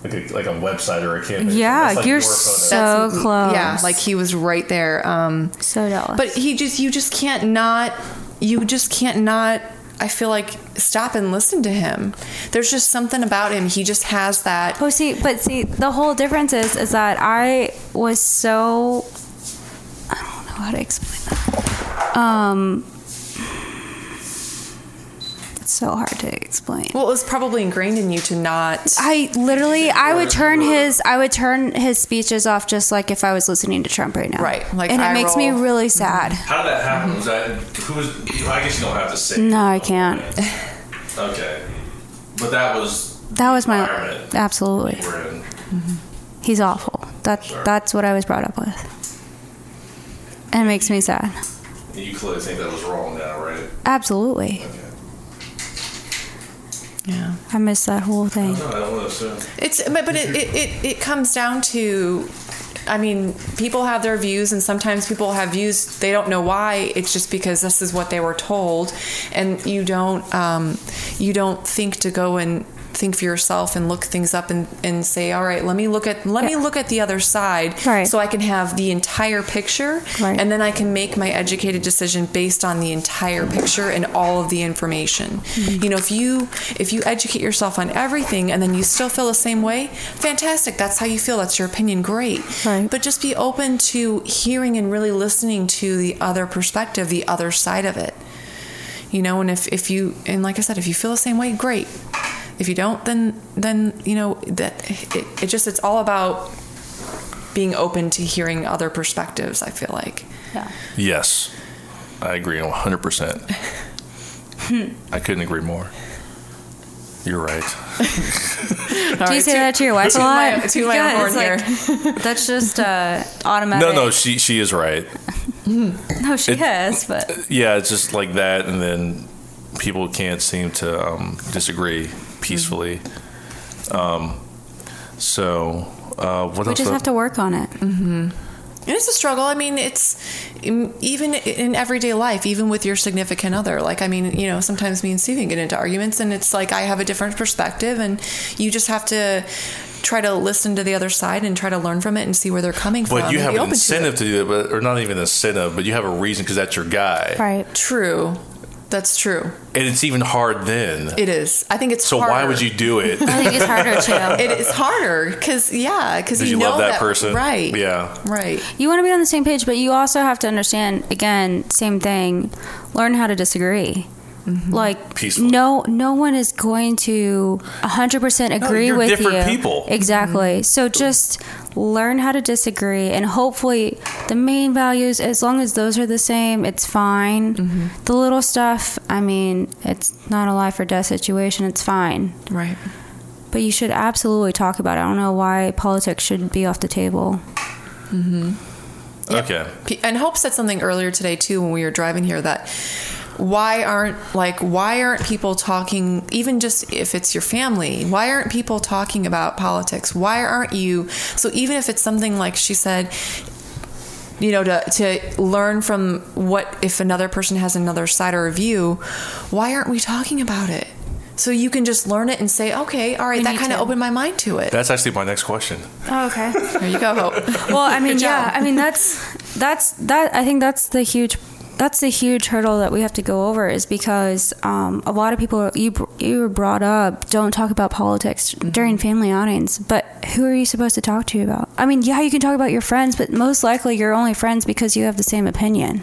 [SPEAKER 2] like a, like a website or a campaign.
[SPEAKER 4] Yeah,
[SPEAKER 2] That's like
[SPEAKER 4] you're
[SPEAKER 2] your photo.
[SPEAKER 4] so
[SPEAKER 3] that's-
[SPEAKER 4] close.
[SPEAKER 3] Yeah, like he was right there. Um,
[SPEAKER 4] so jealous.
[SPEAKER 3] but he just you just can't not you just can't not I feel like stop and listen to him. There's just something about him. He just has that
[SPEAKER 4] oh, see, but see, the whole difference is is that I was so I don't know how to explain that. Um, it's so hard to explain.
[SPEAKER 3] Well, it was probably ingrained in you to not.
[SPEAKER 4] I literally, I would turn his, I would turn his speeches off just like if I was listening to Trump right now.
[SPEAKER 3] Right, like
[SPEAKER 4] and it
[SPEAKER 3] eye
[SPEAKER 4] makes
[SPEAKER 3] roll. Mm-hmm.
[SPEAKER 4] me really sad.
[SPEAKER 2] How that happens? That who's? I guess you don't have to say.
[SPEAKER 4] Mm-hmm. No, I can't.
[SPEAKER 2] Okay, but that was
[SPEAKER 4] That was my
[SPEAKER 2] environment
[SPEAKER 4] absolutely.
[SPEAKER 2] you were in.
[SPEAKER 4] He's awful. That
[SPEAKER 2] Sure.
[SPEAKER 4] that's what I was brought up with. And it makes me sad.
[SPEAKER 2] You clearly think that was wrong now, right?
[SPEAKER 4] Absolutely.
[SPEAKER 2] Okay.
[SPEAKER 3] Yeah.
[SPEAKER 4] I miss that whole thing.
[SPEAKER 2] No, I don't want to assume.
[SPEAKER 3] It's but, but it, it, it, it comes down to I mean, people have their views and sometimes people have views they don't know why. It's just because this is what they were told and you don't um, you don't think to go and think for yourself and look things up and, and say, All right, let me look at let me
[SPEAKER 4] Yeah.
[SPEAKER 3] look at the other side
[SPEAKER 4] Right.
[SPEAKER 3] so I can have the entire picture
[SPEAKER 4] Right.
[SPEAKER 3] and then I can make my educated decision based on the entire picture and all of the information. You know, if you if you educate yourself on everything and then you still feel the same way, fantastic. That's how you feel. That's your opinion. Great.
[SPEAKER 4] Right.
[SPEAKER 3] But just be open to hearing and really listening to the other perspective, the other side of it. You know, and if if you and like I said, if you feel the same way, great. If you don't, then then you know that it, it just it's all about being open to hearing other perspectives. I feel like.
[SPEAKER 4] Yeah.
[SPEAKER 2] Yes, I agree 100. percent I couldn't agree more. You're right.
[SPEAKER 4] Do you say that to your wife
[SPEAKER 3] to
[SPEAKER 4] a
[SPEAKER 3] my-
[SPEAKER 4] lot?
[SPEAKER 3] to my own
[SPEAKER 4] Yeah, it's
[SPEAKER 3] horn
[SPEAKER 4] like- that's just uh, automatic.
[SPEAKER 2] No, no, she she is right.
[SPEAKER 4] no, she
[SPEAKER 2] it-
[SPEAKER 4] has, but
[SPEAKER 2] Yeah, it's just like that, and then people can't seem to um, disagree peacefully. Um, so uh, what
[SPEAKER 4] we
[SPEAKER 2] else?
[SPEAKER 4] just
[SPEAKER 2] do-
[SPEAKER 4] have to work on it.
[SPEAKER 3] And it's a struggle. I mean, it's in- even in everyday life, even with your significant other. Like, I mean, you know, sometimes me and Steven get into arguments, and it's like I have a different perspective, and you just have to try to listen to the other side and try to learn from it and see where they're coming from.
[SPEAKER 2] But you
[SPEAKER 3] and
[SPEAKER 2] have
[SPEAKER 3] be
[SPEAKER 2] an
[SPEAKER 3] open to it.
[SPEAKER 2] incentive to, do that, but or not even incentive, but you have a reason because that's your guy,
[SPEAKER 4] Right.
[SPEAKER 3] True. That's true.
[SPEAKER 2] and it's even hard then.
[SPEAKER 3] It is. I think it's
[SPEAKER 2] So why
[SPEAKER 3] harder.
[SPEAKER 2] would you do it?
[SPEAKER 4] I think it's harder too.
[SPEAKER 3] It is harder because yeah, because
[SPEAKER 2] Because you,
[SPEAKER 3] know
[SPEAKER 2] love that, person,
[SPEAKER 3] right?
[SPEAKER 2] Yeah,
[SPEAKER 3] right.
[SPEAKER 4] You want to be on the same page, but you also have to understand. Again, same thing. Learn how to disagree. Like
[SPEAKER 2] Peacefully.
[SPEAKER 4] no, no one is going to hundred percent agree
[SPEAKER 2] you're
[SPEAKER 4] with
[SPEAKER 2] different
[SPEAKER 4] you.
[SPEAKER 2] people.
[SPEAKER 4] Exactly. So just learn how to disagree, and hopefully the main values, as long as those are the same, it's fine. The little stuff, I mean, it's not a life or death situation. It's fine,
[SPEAKER 3] Right.
[SPEAKER 4] but you should absolutely talk about it. I don't know why politics should be off the table.
[SPEAKER 2] okay.
[SPEAKER 3] P- and hope said something earlier today too when we were driving here that why aren't like why aren't people talking even just if it's your family why aren't people talking about politics why aren't you so even if it's something like she said you know to to learn from what if another person has another side or a view why aren't we talking about it so you can just learn it and say okay all right
[SPEAKER 4] We
[SPEAKER 3] that
[SPEAKER 4] need
[SPEAKER 3] kind of
[SPEAKER 4] to.
[SPEAKER 3] opened my mind to it
[SPEAKER 2] That's actually my next question.
[SPEAKER 4] Oh, okay.
[SPEAKER 3] there you go hope
[SPEAKER 4] well i mean
[SPEAKER 3] Good
[SPEAKER 4] yeah
[SPEAKER 3] job.
[SPEAKER 4] i mean that's that's that i think that's the huge that's the huge hurdle that we have to go over is because um, a lot of people you br- you were brought up don't talk about politics
[SPEAKER 3] Mm-hmm.
[SPEAKER 4] during family outings but who are you supposed to talk to about i mean yeah you can talk about your friends but most likely you're only friends because you have the same opinion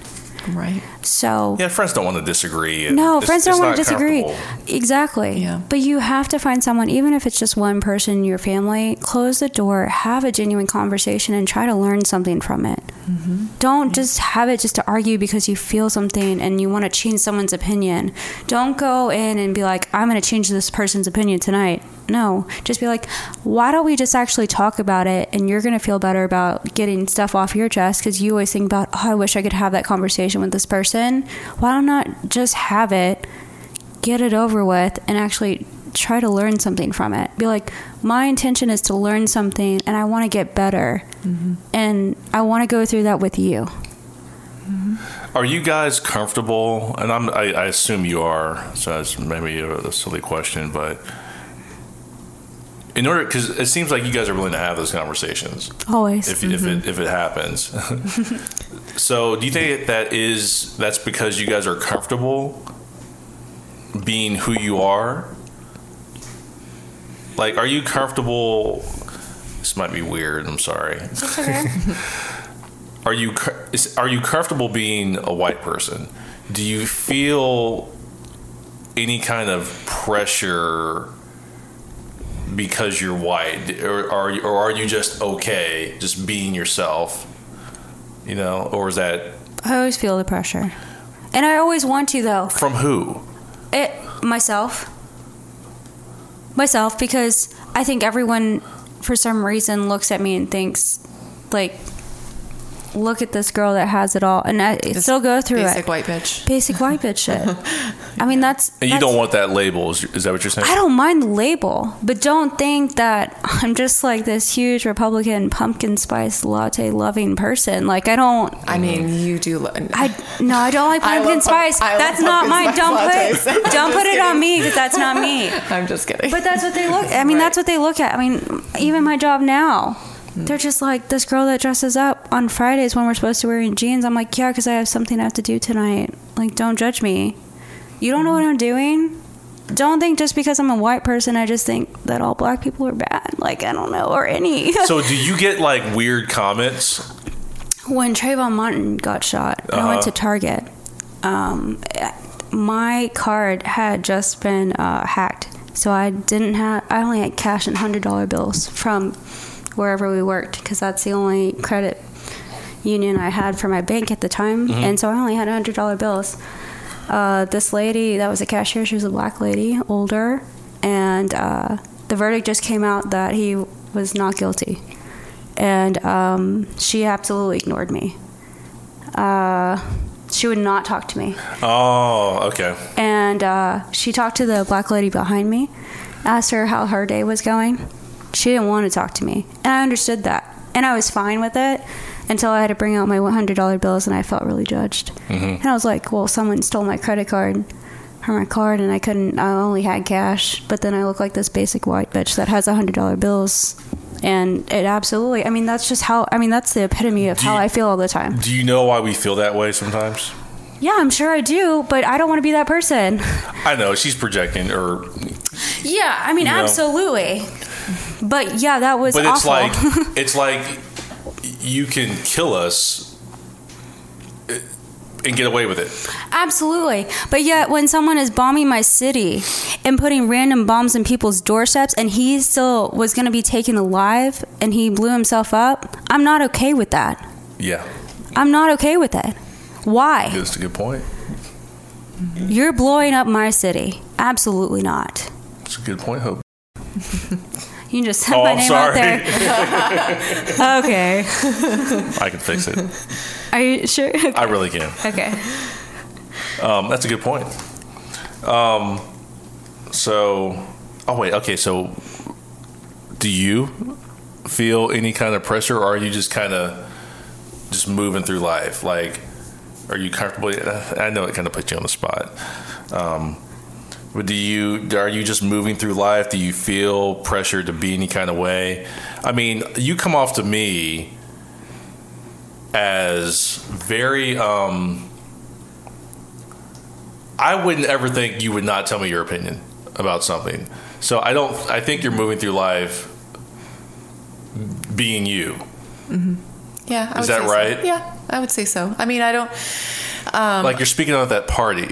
[SPEAKER 3] right
[SPEAKER 4] so
[SPEAKER 2] Yeah, friends don't want to disagree. and
[SPEAKER 4] no,
[SPEAKER 2] it's-
[SPEAKER 4] friends
[SPEAKER 2] it's
[SPEAKER 4] don't want
[SPEAKER 2] not
[SPEAKER 4] to disagree.
[SPEAKER 2] comfortable.
[SPEAKER 4] Exactly.
[SPEAKER 3] Yeah.
[SPEAKER 4] But you have to find someone, even if it's just one person in your family, close the door, have a genuine conversation, and try to learn something from it. Don't just have it just to argue because you feel something and you want to change someone's opinion. Don't go in and be like, I'm going to change this person's opinion tonight. No, just be like, why don't we just actually talk about it and you're going to feel better about getting stuff off your chest because you always think about, oh, I wish I could have that conversation with this person. Why don't not just have it, get it over with, and actually try to learn something from it? Be like, my intention is to learn something and I want to get better. And I want to go through that with you.
[SPEAKER 2] Are you guys comfortable? And I'm, I, I assume you are. So that's maybe a, a silly question, but in order, because it seems like you guys are willing to have those conversations
[SPEAKER 4] Always.
[SPEAKER 2] if, if it if it happens. so, do you think that is that's because you guys are comfortable being who you are? Like, are you comfortable? This might be weird. I'm sorry. are you co- is- are you comfortable being a white person? Do you feel any kind of pressure because you're white, or are you, or are you just okay, just being yourself? You know, or is that
[SPEAKER 4] I always feel the pressure, and I always want to though.
[SPEAKER 2] from who?
[SPEAKER 4] It myself, myself, because I think everyone, for some reason, looks at me and thinks, like, look at this girl that has it all, and I still go through
[SPEAKER 3] basic
[SPEAKER 4] it.
[SPEAKER 3] white bitch.
[SPEAKER 4] Basic white bitch shit. I mean, that's
[SPEAKER 2] And you
[SPEAKER 4] that's-
[SPEAKER 2] don't want that label. Is, is that what you're saying?
[SPEAKER 4] I don't mind the label, but don't think that I'm just like this huge Republican pumpkin spice latte loving person. Like I don't.
[SPEAKER 3] I mean, you do. lo-
[SPEAKER 4] I no, I don't like
[SPEAKER 3] I love
[SPEAKER 4] pumpkin
[SPEAKER 3] pump-
[SPEAKER 4] spice.
[SPEAKER 3] I love
[SPEAKER 4] that's not
[SPEAKER 3] pumpkin
[SPEAKER 4] mine.
[SPEAKER 3] spice lattes.
[SPEAKER 4] Don't put
[SPEAKER 3] I'm
[SPEAKER 4] don't
[SPEAKER 3] just
[SPEAKER 4] put it on
[SPEAKER 3] kidding.
[SPEAKER 4] me because that's not me.
[SPEAKER 3] I'm just kidding.
[SPEAKER 4] But that's what they look. I mean,
[SPEAKER 3] Right.
[SPEAKER 4] that's what they look at. I mean, even my job now. They're just like this girl that dresses up on Fridays when we're supposed to wear jeans. I'm like, yeah, because I have something I have to do tonight. Like, don't judge me. You don't know what I'm doing. Don't think just because I'm a white person, I just think that all black people are bad. Like, I don't know, or any.
[SPEAKER 2] So do you get like weird comments?
[SPEAKER 4] when Trayvon Martin got shot, and I
[SPEAKER 2] Uh-huh.
[SPEAKER 4] went to Target. Um, my card had just been uh, hacked, so I didn't have. I only had cash and hundred dollar bills from wherever we worked because that's the only credit union I had for my bank at the time, and so I only had hundred dollar bills. Uh, this lady that was a cashier, she was a black lady, older, and uh, the verdict just came out that he was not guilty and um, she absolutely ignored me. Uh, she would not talk to me,
[SPEAKER 2] Oh, okay.
[SPEAKER 4] and uh, she talked to the black lady behind me, asked her how her day was going. She didn't want to talk to me, and I understood that, and I was fine with it until I had to bring out my one hundred dollar bills, and I felt really judged.
[SPEAKER 2] Mm-hmm.
[SPEAKER 4] And I was like, "Well, someone stole my credit card." Or my card, and I couldn't. I only had cash, but then I look like this basic white bitch that has hundred dollar bills, and it absolutely. I mean, that's just how. I mean, that's the epitome of
[SPEAKER 2] Do
[SPEAKER 4] how
[SPEAKER 2] you-
[SPEAKER 4] I feel all the time.
[SPEAKER 2] Do you know why we feel that way sometimes?
[SPEAKER 4] Yeah, I'm sure I do, but I don't want to be that person.
[SPEAKER 2] I know she's projecting, or
[SPEAKER 4] Yeah, I mean,
[SPEAKER 2] You know?
[SPEAKER 4] absolutely. But yeah, that was
[SPEAKER 2] but it's
[SPEAKER 4] awful.
[SPEAKER 2] like it's like you can kill us eh, and get away with it.
[SPEAKER 4] absolutely. But yet, when someone is bombing my city and putting random bombs in people's doorsteps, and he still was going to be taken alive, and he blew himself up, I'm not okay with that.
[SPEAKER 2] Yeah,
[SPEAKER 4] I'm not okay with it. Why?
[SPEAKER 2] that's a good point.
[SPEAKER 4] You're blowing up my city. Absolutely not.
[SPEAKER 2] It's a good point. Hope.
[SPEAKER 4] You can just send
[SPEAKER 2] Oh,
[SPEAKER 4] my
[SPEAKER 2] I'm
[SPEAKER 4] name
[SPEAKER 2] sorry.
[SPEAKER 4] out there. okay.
[SPEAKER 2] I can fix it.
[SPEAKER 4] Are you sure?
[SPEAKER 2] I really can.
[SPEAKER 4] Okay.
[SPEAKER 2] Um, that's a good point. Um, so, oh wait, okay. So, do you feel any kind of pressure, or are you just kind of just moving through life? Like, are you comfortable? I know it kind of puts you on the spot. Um, but do you are you just moving through life? Do you feel pressure to be any kind of way? I mean, you come off to me as very. Um, I wouldn't ever think you would not tell me your opinion about something. So I don't. I think you're moving through life being you.
[SPEAKER 3] yeah, I
[SPEAKER 2] Is
[SPEAKER 3] would
[SPEAKER 2] that
[SPEAKER 3] say so.
[SPEAKER 2] right?
[SPEAKER 3] Yeah, I would say so. I mean, I don't.
[SPEAKER 4] Um,
[SPEAKER 2] like you're speaking out at that party.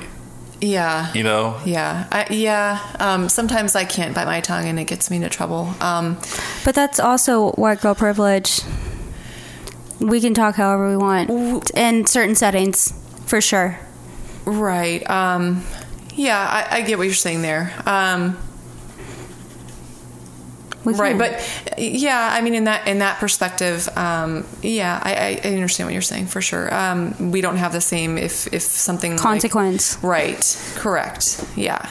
[SPEAKER 3] Yeah.
[SPEAKER 2] You know.
[SPEAKER 3] Yeah, I, yeah. Um, sometimes I can't bite my tongue, and it gets me into trouble. Um,
[SPEAKER 4] But that's also white girl privilege. We can talk however we want in certain settings, for sure.
[SPEAKER 3] right. Um, yeah, I, I get what you're saying there. Um,
[SPEAKER 4] We
[SPEAKER 3] right,
[SPEAKER 4] can.
[SPEAKER 3] but uh, yeah, I mean, in that in that perspective, um, yeah, I, I I understand what you're saying for sure. Um, we don't have the same if if something like-
[SPEAKER 4] Consequence.
[SPEAKER 3] right, correct. Yeah,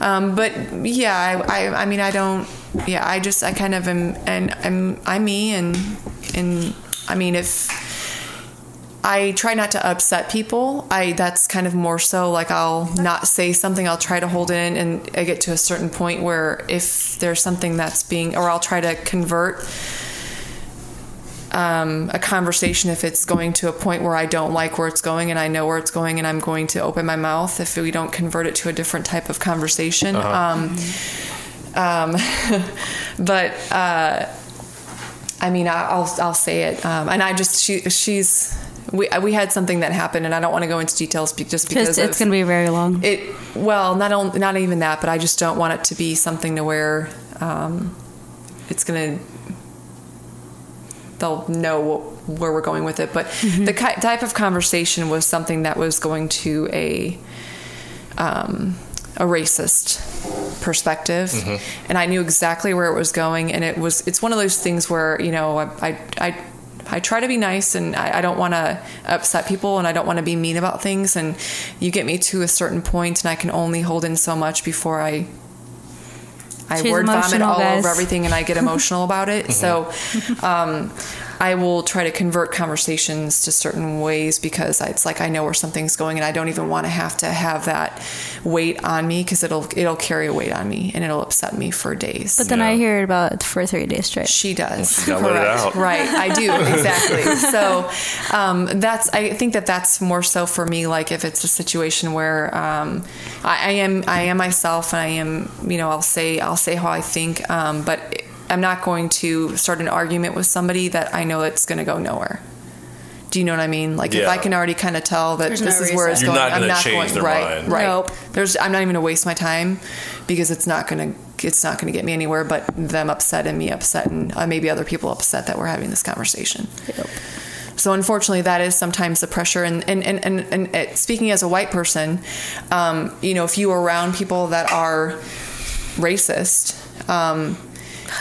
[SPEAKER 3] um, but yeah, I, I I mean, I don't. Yeah, I just I kind of am and I'm I'm me and and I mean if I try not to upset people. I that's kind of more so like I'll not say something. I'll try to hold in, and I get to a certain point where if there's something that's being, or I'll try to convert um, a conversation if it's going to a point where I don't like where it's going, and I know where it's going, and I'm going to open my mouth if we don't convert it to a different type of conversation. Um, um, but uh, I mean, I- I'll I'll say it, um, and I just she she's we I- we had something that happened, and I don't want to go into details be- just because
[SPEAKER 4] Just, it's
[SPEAKER 3] of-
[SPEAKER 4] going to be very long.
[SPEAKER 3] it well not on, not even that but i just don't want it to be something to where um, it's gonna they'll know what, where we're going with it but the ki- type of conversation was something that was going to a um, a racist perspective and i knew exactly where it was going and it was it's one of those things where you know i i, I I try to be nice and I, I don't want to upset people and I don't want to be mean about things. And you get me to a certain point, and I can only hold in so much before I I
[SPEAKER 4] She's
[SPEAKER 3] word vomit
[SPEAKER 4] emotional,
[SPEAKER 3] all
[SPEAKER 4] guys.
[SPEAKER 3] over everything and I get emotional about it. So um, I will try to convert conversations to certain ways because it's like I know where something's going and I don't even want to have to have that weight on me because it'll it'll carry a weight on me and it'll upset me for days.
[SPEAKER 4] But then
[SPEAKER 2] Yeah.
[SPEAKER 4] I hear it about for three days straight.
[SPEAKER 3] She does.
[SPEAKER 2] You gotta let it
[SPEAKER 3] Correct.
[SPEAKER 2] out.
[SPEAKER 3] Right. I do exactly. so um, that's. I think that that's more so for me. Like if it's a situation where um, I, I am, I am myself, and I am. You know, I'll say, I'll say how I think, um, but I'm not going to start an argument with somebody that I know it's going to go nowhere. Do you know what I mean? Like if
[SPEAKER 2] Yeah.
[SPEAKER 3] I can already kind of tell that
[SPEAKER 4] There's
[SPEAKER 3] this
[SPEAKER 4] no
[SPEAKER 3] is where it's
[SPEAKER 4] reason.
[SPEAKER 2] You're
[SPEAKER 3] going,
[SPEAKER 2] not
[SPEAKER 3] I'm
[SPEAKER 2] gonna
[SPEAKER 3] not
[SPEAKER 2] change
[SPEAKER 3] going
[SPEAKER 2] their
[SPEAKER 3] right.
[SPEAKER 2] mind.
[SPEAKER 3] Right.
[SPEAKER 4] Nope.
[SPEAKER 3] There's. I'm not even going to waste my time because it's not going to. It's not going to get me anywhere. But them upset and me upset and uh, maybe other people upset that we're having this conversation. So unfortunately, that is sometimes the pressure. And and and and, and it, speaking as a white person, um, you know, if you are around people that are racist, um,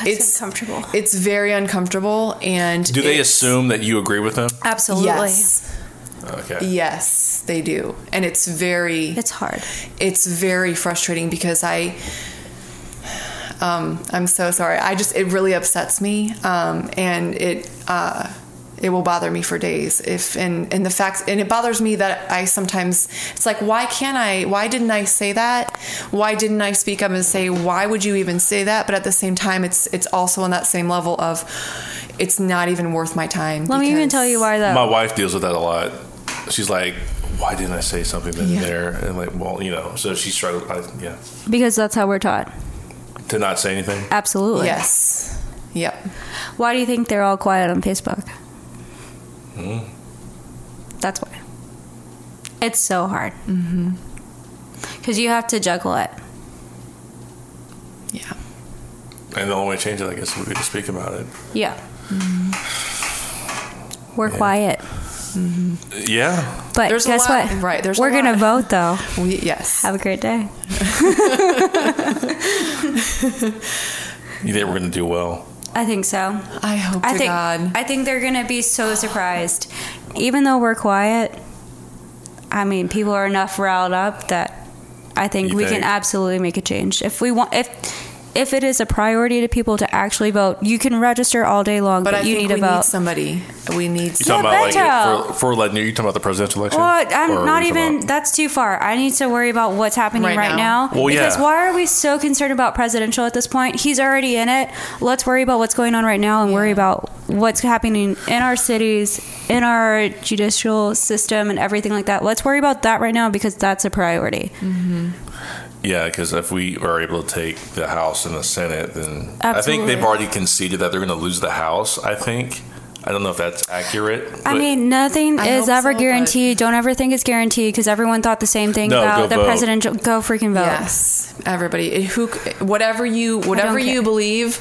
[SPEAKER 4] It's uncomfortable.
[SPEAKER 3] It's very uncomfortable. And
[SPEAKER 2] Do they
[SPEAKER 3] it's-
[SPEAKER 2] assume that you agree with them?
[SPEAKER 4] Absolutely.
[SPEAKER 3] Yes.
[SPEAKER 2] Okay.
[SPEAKER 3] Yes, they do. And it's very
[SPEAKER 4] It's hard.
[SPEAKER 3] it's very frustrating because I um, I'm so sorry. I just it really upsets me, um, and it uh, it will bother me for days. If and and the fact and it bothers me that I sometimes it's like why can't I? Why didn't I say that? Why didn't I speak up and say why would you even say that? But at the same time, it's it's also on that same level of it's not even worth my time.
[SPEAKER 4] Let me even tell you why though.
[SPEAKER 2] My wife deals with that a lot. She's like, "Why didn't I say something in
[SPEAKER 3] Yeah.
[SPEAKER 2] there?" And like, well, you know, so she struggled. I, yeah,
[SPEAKER 4] Because that's how we're taught.
[SPEAKER 2] to not say anything.
[SPEAKER 4] Absolutely.
[SPEAKER 3] Yes. Yep.
[SPEAKER 4] Why do you think they're all quiet on Facebook? That's why. It's so hard. Because
[SPEAKER 3] Mm-hmm.
[SPEAKER 4] you have to juggle it.
[SPEAKER 3] Yeah.
[SPEAKER 2] And the only way to change it, I guess, would be to speak about it.
[SPEAKER 4] Yeah. Mm. We're quiet.
[SPEAKER 2] Yeah,
[SPEAKER 4] But
[SPEAKER 3] There's a
[SPEAKER 4] guess
[SPEAKER 3] lot-
[SPEAKER 4] what?
[SPEAKER 3] right, there's a
[SPEAKER 4] We're going to
[SPEAKER 3] lot.
[SPEAKER 4] vote though.
[SPEAKER 3] We, yes.
[SPEAKER 4] Have a great day.
[SPEAKER 2] you think we're gonna do well?
[SPEAKER 4] I think so.
[SPEAKER 3] I hope
[SPEAKER 4] I
[SPEAKER 3] to
[SPEAKER 4] think
[SPEAKER 3] Oh God.
[SPEAKER 4] I think they're gonna be so surprised. Even though we're quiet, I mean, people are enough riled up that I think
[SPEAKER 2] You
[SPEAKER 4] we
[SPEAKER 2] think?
[SPEAKER 4] can absolutely make a change. If we want, if if it is a priority to people to actually vote, you can register all day long, but,
[SPEAKER 3] But I
[SPEAKER 4] you
[SPEAKER 3] think
[SPEAKER 4] need to
[SPEAKER 3] we
[SPEAKER 4] vote.
[SPEAKER 3] need somebody. We need
[SPEAKER 2] You
[SPEAKER 3] some-
[SPEAKER 2] talking about like
[SPEAKER 4] Beto.
[SPEAKER 2] for, for like, you talking about the presidential election?
[SPEAKER 4] well, I'm
[SPEAKER 2] Or are
[SPEAKER 4] not
[SPEAKER 2] we talking
[SPEAKER 4] even.
[SPEAKER 2] about-
[SPEAKER 4] That's too far. I need to worry about what's happening
[SPEAKER 3] Right
[SPEAKER 4] right,
[SPEAKER 3] now.
[SPEAKER 4] now.
[SPEAKER 2] Well,
[SPEAKER 4] because
[SPEAKER 2] yeah.
[SPEAKER 4] why are we so concerned about presidential at this point? He's already in it. Let's worry about what's going on right now and worry about what's happening in our cities, in our judicial system, and everything like that. Let's worry about that right now because that's a priority.
[SPEAKER 2] Yeah, because if we are able to take the House and the Senate, then I think
[SPEAKER 4] Absolutely.
[SPEAKER 2] they've already conceded that they're going to lose the House. I think. I don't know if that's accurate.
[SPEAKER 4] I
[SPEAKER 2] but-
[SPEAKER 4] mean, nothing
[SPEAKER 3] I
[SPEAKER 4] is
[SPEAKER 3] hope
[SPEAKER 4] ever
[SPEAKER 3] so, but-
[SPEAKER 4] guaranteed. Don't ever think it's guaranteed because everyone thought the same thing
[SPEAKER 2] No, go
[SPEAKER 4] about the
[SPEAKER 2] vote.
[SPEAKER 4] presidential. Go freaking vote.
[SPEAKER 3] Yes, everybody. It- Who, whatever you, whatever
[SPEAKER 4] care.
[SPEAKER 3] you believe,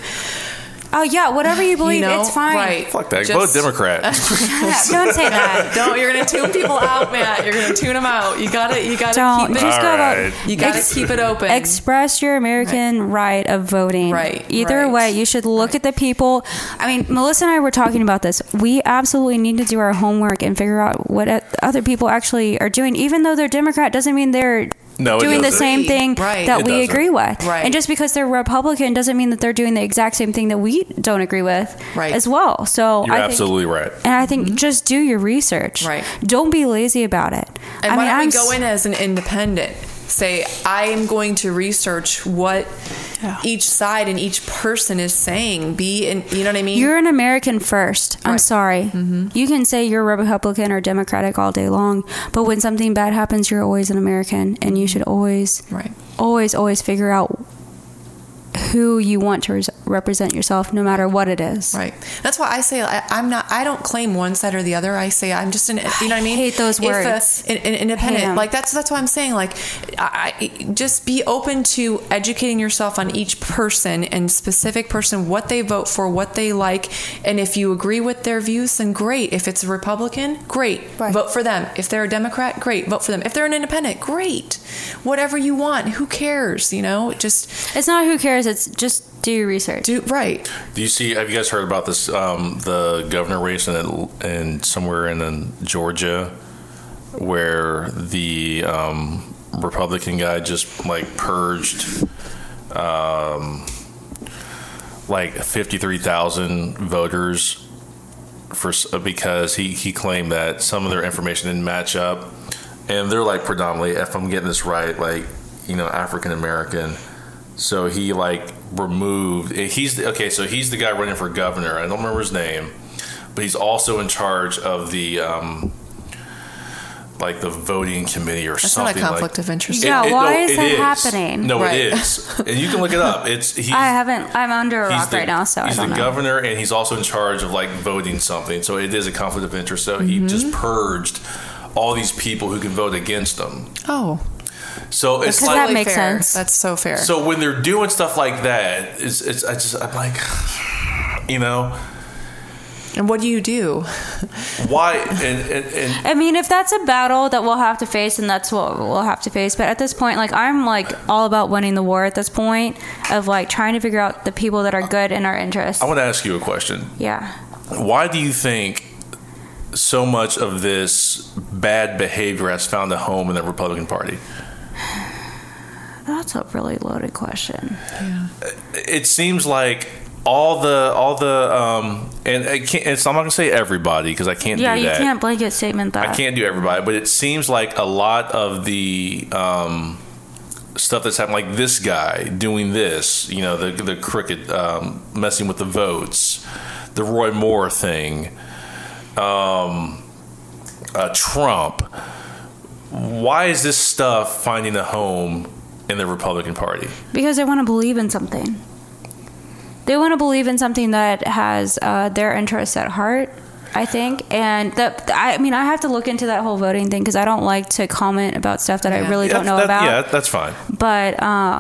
[SPEAKER 4] Oh yeah, whatever you believe,
[SPEAKER 3] you know,
[SPEAKER 4] it's fine.
[SPEAKER 3] Right?
[SPEAKER 2] fuck that.
[SPEAKER 3] Just-
[SPEAKER 2] Vote Democrat.
[SPEAKER 4] Yeah, don't say that.
[SPEAKER 3] Don't. You're gonna tune people out, Matt. You're gonna tune them out. You gotta. You gotta
[SPEAKER 4] Don't
[SPEAKER 3] keep it.
[SPEAKER 4] just go
[SPEAKER 2] Alright.
[SPEAKER 4] vote.
[SPEAKER 3] You gotta
[SPEAKER 4] Ex-
[SPEAKER 3] keep it open.
[SPEAKER 4] express your American right. of voting.
[SPEAKER 3] Right,
[SPEAKER 4] Either
[SPEAKER 3] right,
[SPEAKER 4] way, you should look at the people. I mean, Melissa and I were talking about this. We absolutely need to do our homework and figure out what o- other people actually are doing. Even though they're Democrat, doesn't mean they're.
[SPEAKER 2] No, it
[SPEAKER 4] doing the
[SPEAKER 2] doesn't.
[SPEAKER 4] same thing
[SPEAKER 3] Oh, Right.
[SPEAKER 4] that
[SPEAKER 2] It
[SPEAKER 4] we
[SPEAKER 2] doesn't.
[SPEAKER 4] agree with.
[SPEAKER 3] Right.
[SPEAKER 4] And just because they're Republican doesn't mean that they're doing the exact same thing that we don't agree with
[SPEAKER 3] Right. Mm-hmm.
[SPEAKER 4] as well. So
[SPEAKER 2] You're
[SPEAKER 4] I think-
[SPEAKER 2] absolutely right.
[SPEAKER 4] and I think just do your research.
[SPEAKER 3] Right.
[SPEAKER 4] Don't be lazy about it.
[SPEAKER 3] And why
[SPEAKER 4] I mean,
[SPEAKER 3] don't
[SPEAKER 4] I'm
[SPEAKER 3] we go
[SPEAKER 4] s-
[SPEAKER 3] in as an independent? Say, I am going to research what each side and each person is saying. Be in. You know what I mean?
[SPEAKER 4] You're an American first. I'm
[SPEAKER 3] Right.
[SPEAKER 4] sorry. You can say you're Republican or Democratic all day long, but when something bad happens, you're always an American, and you should always,
[SPEAKER 3] right.
[SPEAKER 4] always, always figure out who you want to res- represent yourself, no matter what it is.
[SPEAKER 3] Right. That's why I say I, I'm not. I don't claim one side or the other. I say I'm just an. You know what I mean?
[SPEAKER 4] hate those
[SPEAKER 3] If a-
[SPEAKER 4] words.
[SPEAKER 3] an, an independent.
[SPEAKER 4] Hate 'em.
[SPEAKER 3] like that's that's what I'm saying. Like, I, I- just be open to educating yourself on each person and specific person, what they vote for, what they like, and if you agree with their views, then great. If it's a Republican, great,
[SPEAKER 4] Right.
[SPEAKER 3] vote for them. If they're a Democrat, great, vote for them. If they're an independent, great. Whatever you want, who cares? You know, just
[SPEAKER 4] It's not who cares. It's just do your research.
[SPEAKER 3] do right.
[SPEAKER 2] Do you see? Have you guys heard about this? Um, the governor race in, Atl- in somewhere in um, Georgia, where the um, Republican guy just like purged, um, like fifty three thousand voters for s- because he he claimed that some of their information didn't match up, and they're like predominantly, if I'm getting this right, like you know African American. So he like removed. He's okay. So he's the guy running for governor. I don't remember his name, but he's also in charge of the um, like the voting committee or
[SPEAKER 3] That's not a
[SPEAKER 2] something.
[SPEAKER 3] conflict
[SPEAKER 2] like,
[SPEAKER 3] of interest.
[SPEAKER 4] Yeah, why
[SPEAKER 2] no,
[SPEAKER 4] is
[SPEAKER 2] it
[SPEAKER 4] that happening?
[SPEAKER 2] No,
[SPEAKER 3] Right.
[SPEAKER 2] it is, and you can look it up. It's he's,
[SPEAKER 4] I haven't. I'm under a
[SPEAKER 2] he's
[SPEAKER 4] rock
[SPEAKER 2] the-
[SPEAKER 4] right now, so I
[SPEAKER 2] he's
[SPEAKER 4] don't
[SPEAKER 2] the
[SPEAKER 4] know.
[SPEAKER 2] governor, and he's also in charge of like voting something. So it is a conflict of interest. So
[SPEAKER 4] Mm-hmm.
[SPEAKER 2] he just purged all these people who can vote against them.
[SPEAKER 3] Oh.
[SPEAKER 2] So it's
[SPEAKER 4] Because
[SPEAKER 2] like
[SPEAKER 4] that makes
[SPEAKER 3] fair.
[SPEAKER 4] sense.
[SPEAKER 3] That's so fair.
[SPEAKER 2] So when they're doing stuff like that, it's, it's I just I'm like, you know,
[SPEAKER 3] and what do you do?
[SPEAKER 2] why? And, and, and
[SPEAKER 4] I mean, if that's a battle that we'll have to face, and that's what we'll have to face. But at this point, like I'm like all about winning the war. At this point, of like trying to figure out the people that are good in our interest.
[SPEAKER 2] I want to ask you a question.
[SPEAKER 4] yeah,
[SPEAKER 2] Why do you think so much of this bad behavior has found a home in the Republican Party?
[SPEAKER 4] that's a really loaded question.
[SPEAKER 2] it seems like all the all the um and I can't, it's, I'm not gonna say everybody because I can't
[SPEAKER 4] Yeah,
[SPEAKER 2] do
[SPEAKER 4] you
[SPEAKER 2] that.
[SPEAKER 4] can't blanket statement that.
[SPEAKER 2] I can't do everybody, but it seems like a lot of the um, stuff that's happened, like this guy doing this, you know, the the cricket um, messing with the votes, the Roy Moore thing, um, uh, Trump. Why is this stuff finding a home in the Republican Party?
[SPEAKER 4] Because they want to believe in something. They want to believe in something that has uh, their interests at heart, I think. And that I mean, I have to look into that whole voting thing because I don't like to comment about stuff that I
[SPEAKER 3] Yeah.
[SPEAKER 4] really don't know
[SPEAKER 2] That-
[SPEAKER 4] about.
[SPEAKER 2] Yeah, that's fine.
[SPEAKER 4] But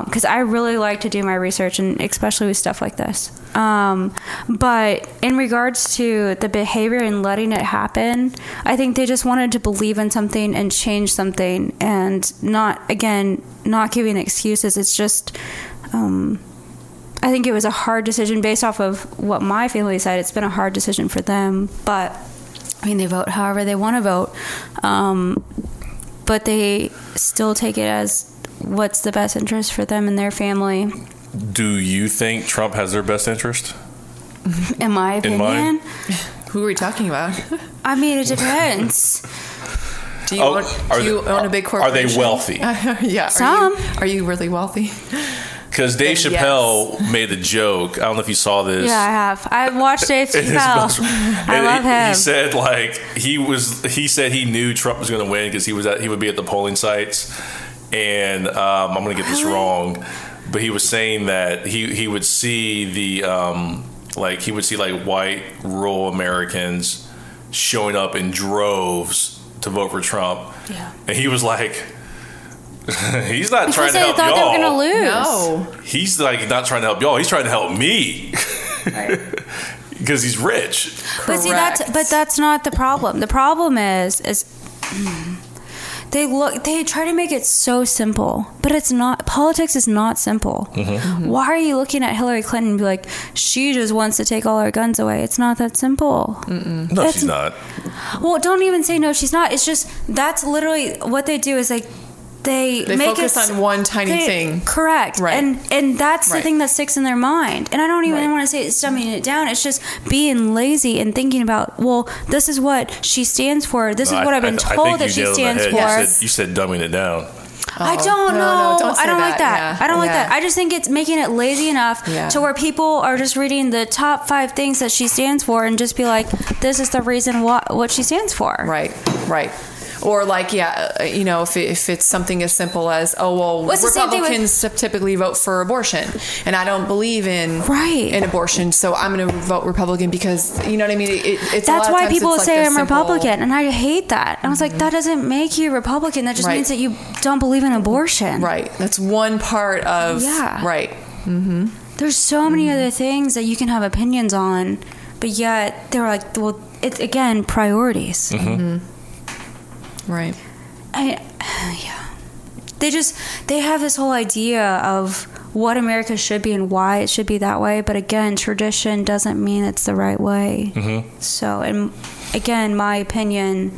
[SPEAKER 4] because I really like to do my research, and especially with stuff like this. Um, but in regards to the behavior and letting it happen, I think they just wanted to believe in something and change something, and not again not giving excuses. It's just. Um, I think it was a hard decision based off of what my family said. It's been a hard decision for them, but I mean, they vote however they want to vote. Um, but they still take it as what's the best interest for them and their family.
[SPEAKER 2] Do you think Trump has their best interest?
[SPEAKER 4] In my
[SPEAKER 2] In mine?
[SPEAKER 4] opinion,
[SPEAKER 3] Who are we talking about?
[SPEAKER 4] I mean, it depends.
[SPEAKER 3] Do you, own, do you own a big
[SPEAKER 2] Oh, Are
[SPEAKER 3] corporation?
[SPEAKER 2] they wealthy?
[SPEAKER 3] yeah. Are
[SPEAKER 4] Some.
[SPEAKER 3] You, are you really wealthy?
[SPEAKER 2] Because Dave
[SPEAKER 3] Then yes.
[SPEAKER 2] Chappelle made a joke. I don't know if you saw this.
[SPEAKER 4] yeah, I have. I watched Dave
[SPEAKER 2] His
[SPEAKER 4] Chappelle.
[SPEAKER 2] best-
[SPEAKER 4] I
[SPEAKER 2] and
[SPEAKER 4] love
[SPEAKER 2] he,
[SPEAKER 4] him.
[SPEAKER 2] He said like he was. He said he knew Trump was going to win because he was at, he would be at the polling sites. And um, I'm going to get this wrong, but he was saying that he he would see the um, like he would see like white rural Americans showing up in droves to vote for Trump.
[SPEAKER 4] Yeah.
[SPEAKER 2] And he was like, he's not trying to
[SPEAKER 4] Because they
[SPEAKER 2] help
[SPEAKER 4] thought
[SPEAKER 2] y'all.
[SPEAKER 4] they were going to lose.
[SPEAKER 3] No.
[SPEAKER 2] He's like not trying to help y'all. He's trying to help me
[SPEAKER 4] Right.
[SPEAKER 2] because he's rich.
[SPEAKER 4] But see, that's
[SPEAKER 3] Correct.
[SPEAKER 4] but that's not the problem. The problem is is they look they try to make it so simple, but it's not. Politics is not simple.
[SPEAKER 2] Mm-hmm.
[SPEAKER 4] Why are you looking at Hillary Clinton and be like, she just wants to take all our guns away? It's not that simple.
[SPEAKER 2] No,
[SPEAKER 4] That's-
[SPEAKER 2] she's not.
[SPEAKER 4] Well, don't even say no. She's not. It's just that's literally what they do. Is like. They,
[SPEAKER 3] They
[SPEAKER 4] make
[SPEAKER 3] focus
[SPEAKER 4] it,
[SPEAKER 3] on one tiny
[SPEAKER 4] they-
[SPEAKER 3] thing.
[SPEAKER 4] correct,
[SPEAKER 3] Right.
[SPEAKER 4] And and that's the
[SPEAKER 3] Right.
[SPEAKER 4] thing that sticks in their mind. And I don't even
[SPEAKER 3] Right.
[SPEAKER 4] want to say it's dumbing it down. It's just being lazy and thinking about, well, this is what she stands for. This is what I've been
[SPEAKER 2] I- I
[SPEAKER 4] told
[SPEAKER 2] think
[SPEAKER 4] that
[SPEAKER 2] you
[SPEAKER 4] she
[SPEAKER 2] nailed it on
[SPEAKER 4] stands
[SPEAKER 2] the
[SPEAKER 4] for.
[SPEAKER 2] head. You said, you said dumbing it down.
[SPEAKER 4] I
[SPEAKER 3] Oh,
[SPEAKER 4] don't
[SPEAKER 3] no,
[SPEAKER 4] know.
[SPEAKER 3] no, don't say
[SPEAKER 4] I don't
[SPEAKER 3] that.
[SPEAKER 4] like that.
[SPEAKER 3] Yeah,
[SPEAKER 4] I don't like
[SPEAKER 3] yeah.
[SPEAKER 4] that. I just think it's making it lazy enough
[SPEAKER 3] Yeah.
[SPEAKER 4] to where people are just reading the top five things that she stands for and just be like, this is the reason why what she stands for.
[SPEAKER 3] Right. Right. or like yeah, uh, you know, if, it, if it's something as simple as oh well,
[SPEAKER 4] Well, it's the same thing with-
[SPEAKER 3] Republicans typically vote for abortion, and I don't believe in
[SPEAKER 4] Right.
[SPEAKER 3] in abortion, so I'm going to vote Republican because you know what I mean. It, it's a lot
[SPEAKER 4] That's
[SPEAKER 3] of
[SPEAKER 4] why
[SPEAKER 3] times
[SPEAKER 4] people
[SPEAKER 3] it's like
[SPEAKER 4] say
[SPEAKER 3] a
[SPEAKER 4] I'm
[SPEAKER 3] simple-
[SPEAKER 4] Republican, and I hate that. I was like, that doesn't make you Republican. That just
[SPEAKER 3] Right.
[SPEAKER 4] means that you don't believe in abortion.
[SPEAKER 3] Right. That's one part of
[SPEAKER 4] Yeah.
[SPEAKER 3] right.
[SPEAKER 4] There's so
[SPEAKER 3] Mm-hmm.
[SPEAKER 4] many other things that you can have opinions on, but yet they're like, well, it's again priorities.
[SPEAKER 3] Right.
[SPEAKER 4] I, yeah. They just they have this whole idea of what America should be and why it should be that way, but again, tradition doesn't mean it's the right way. So, and again, my opinion,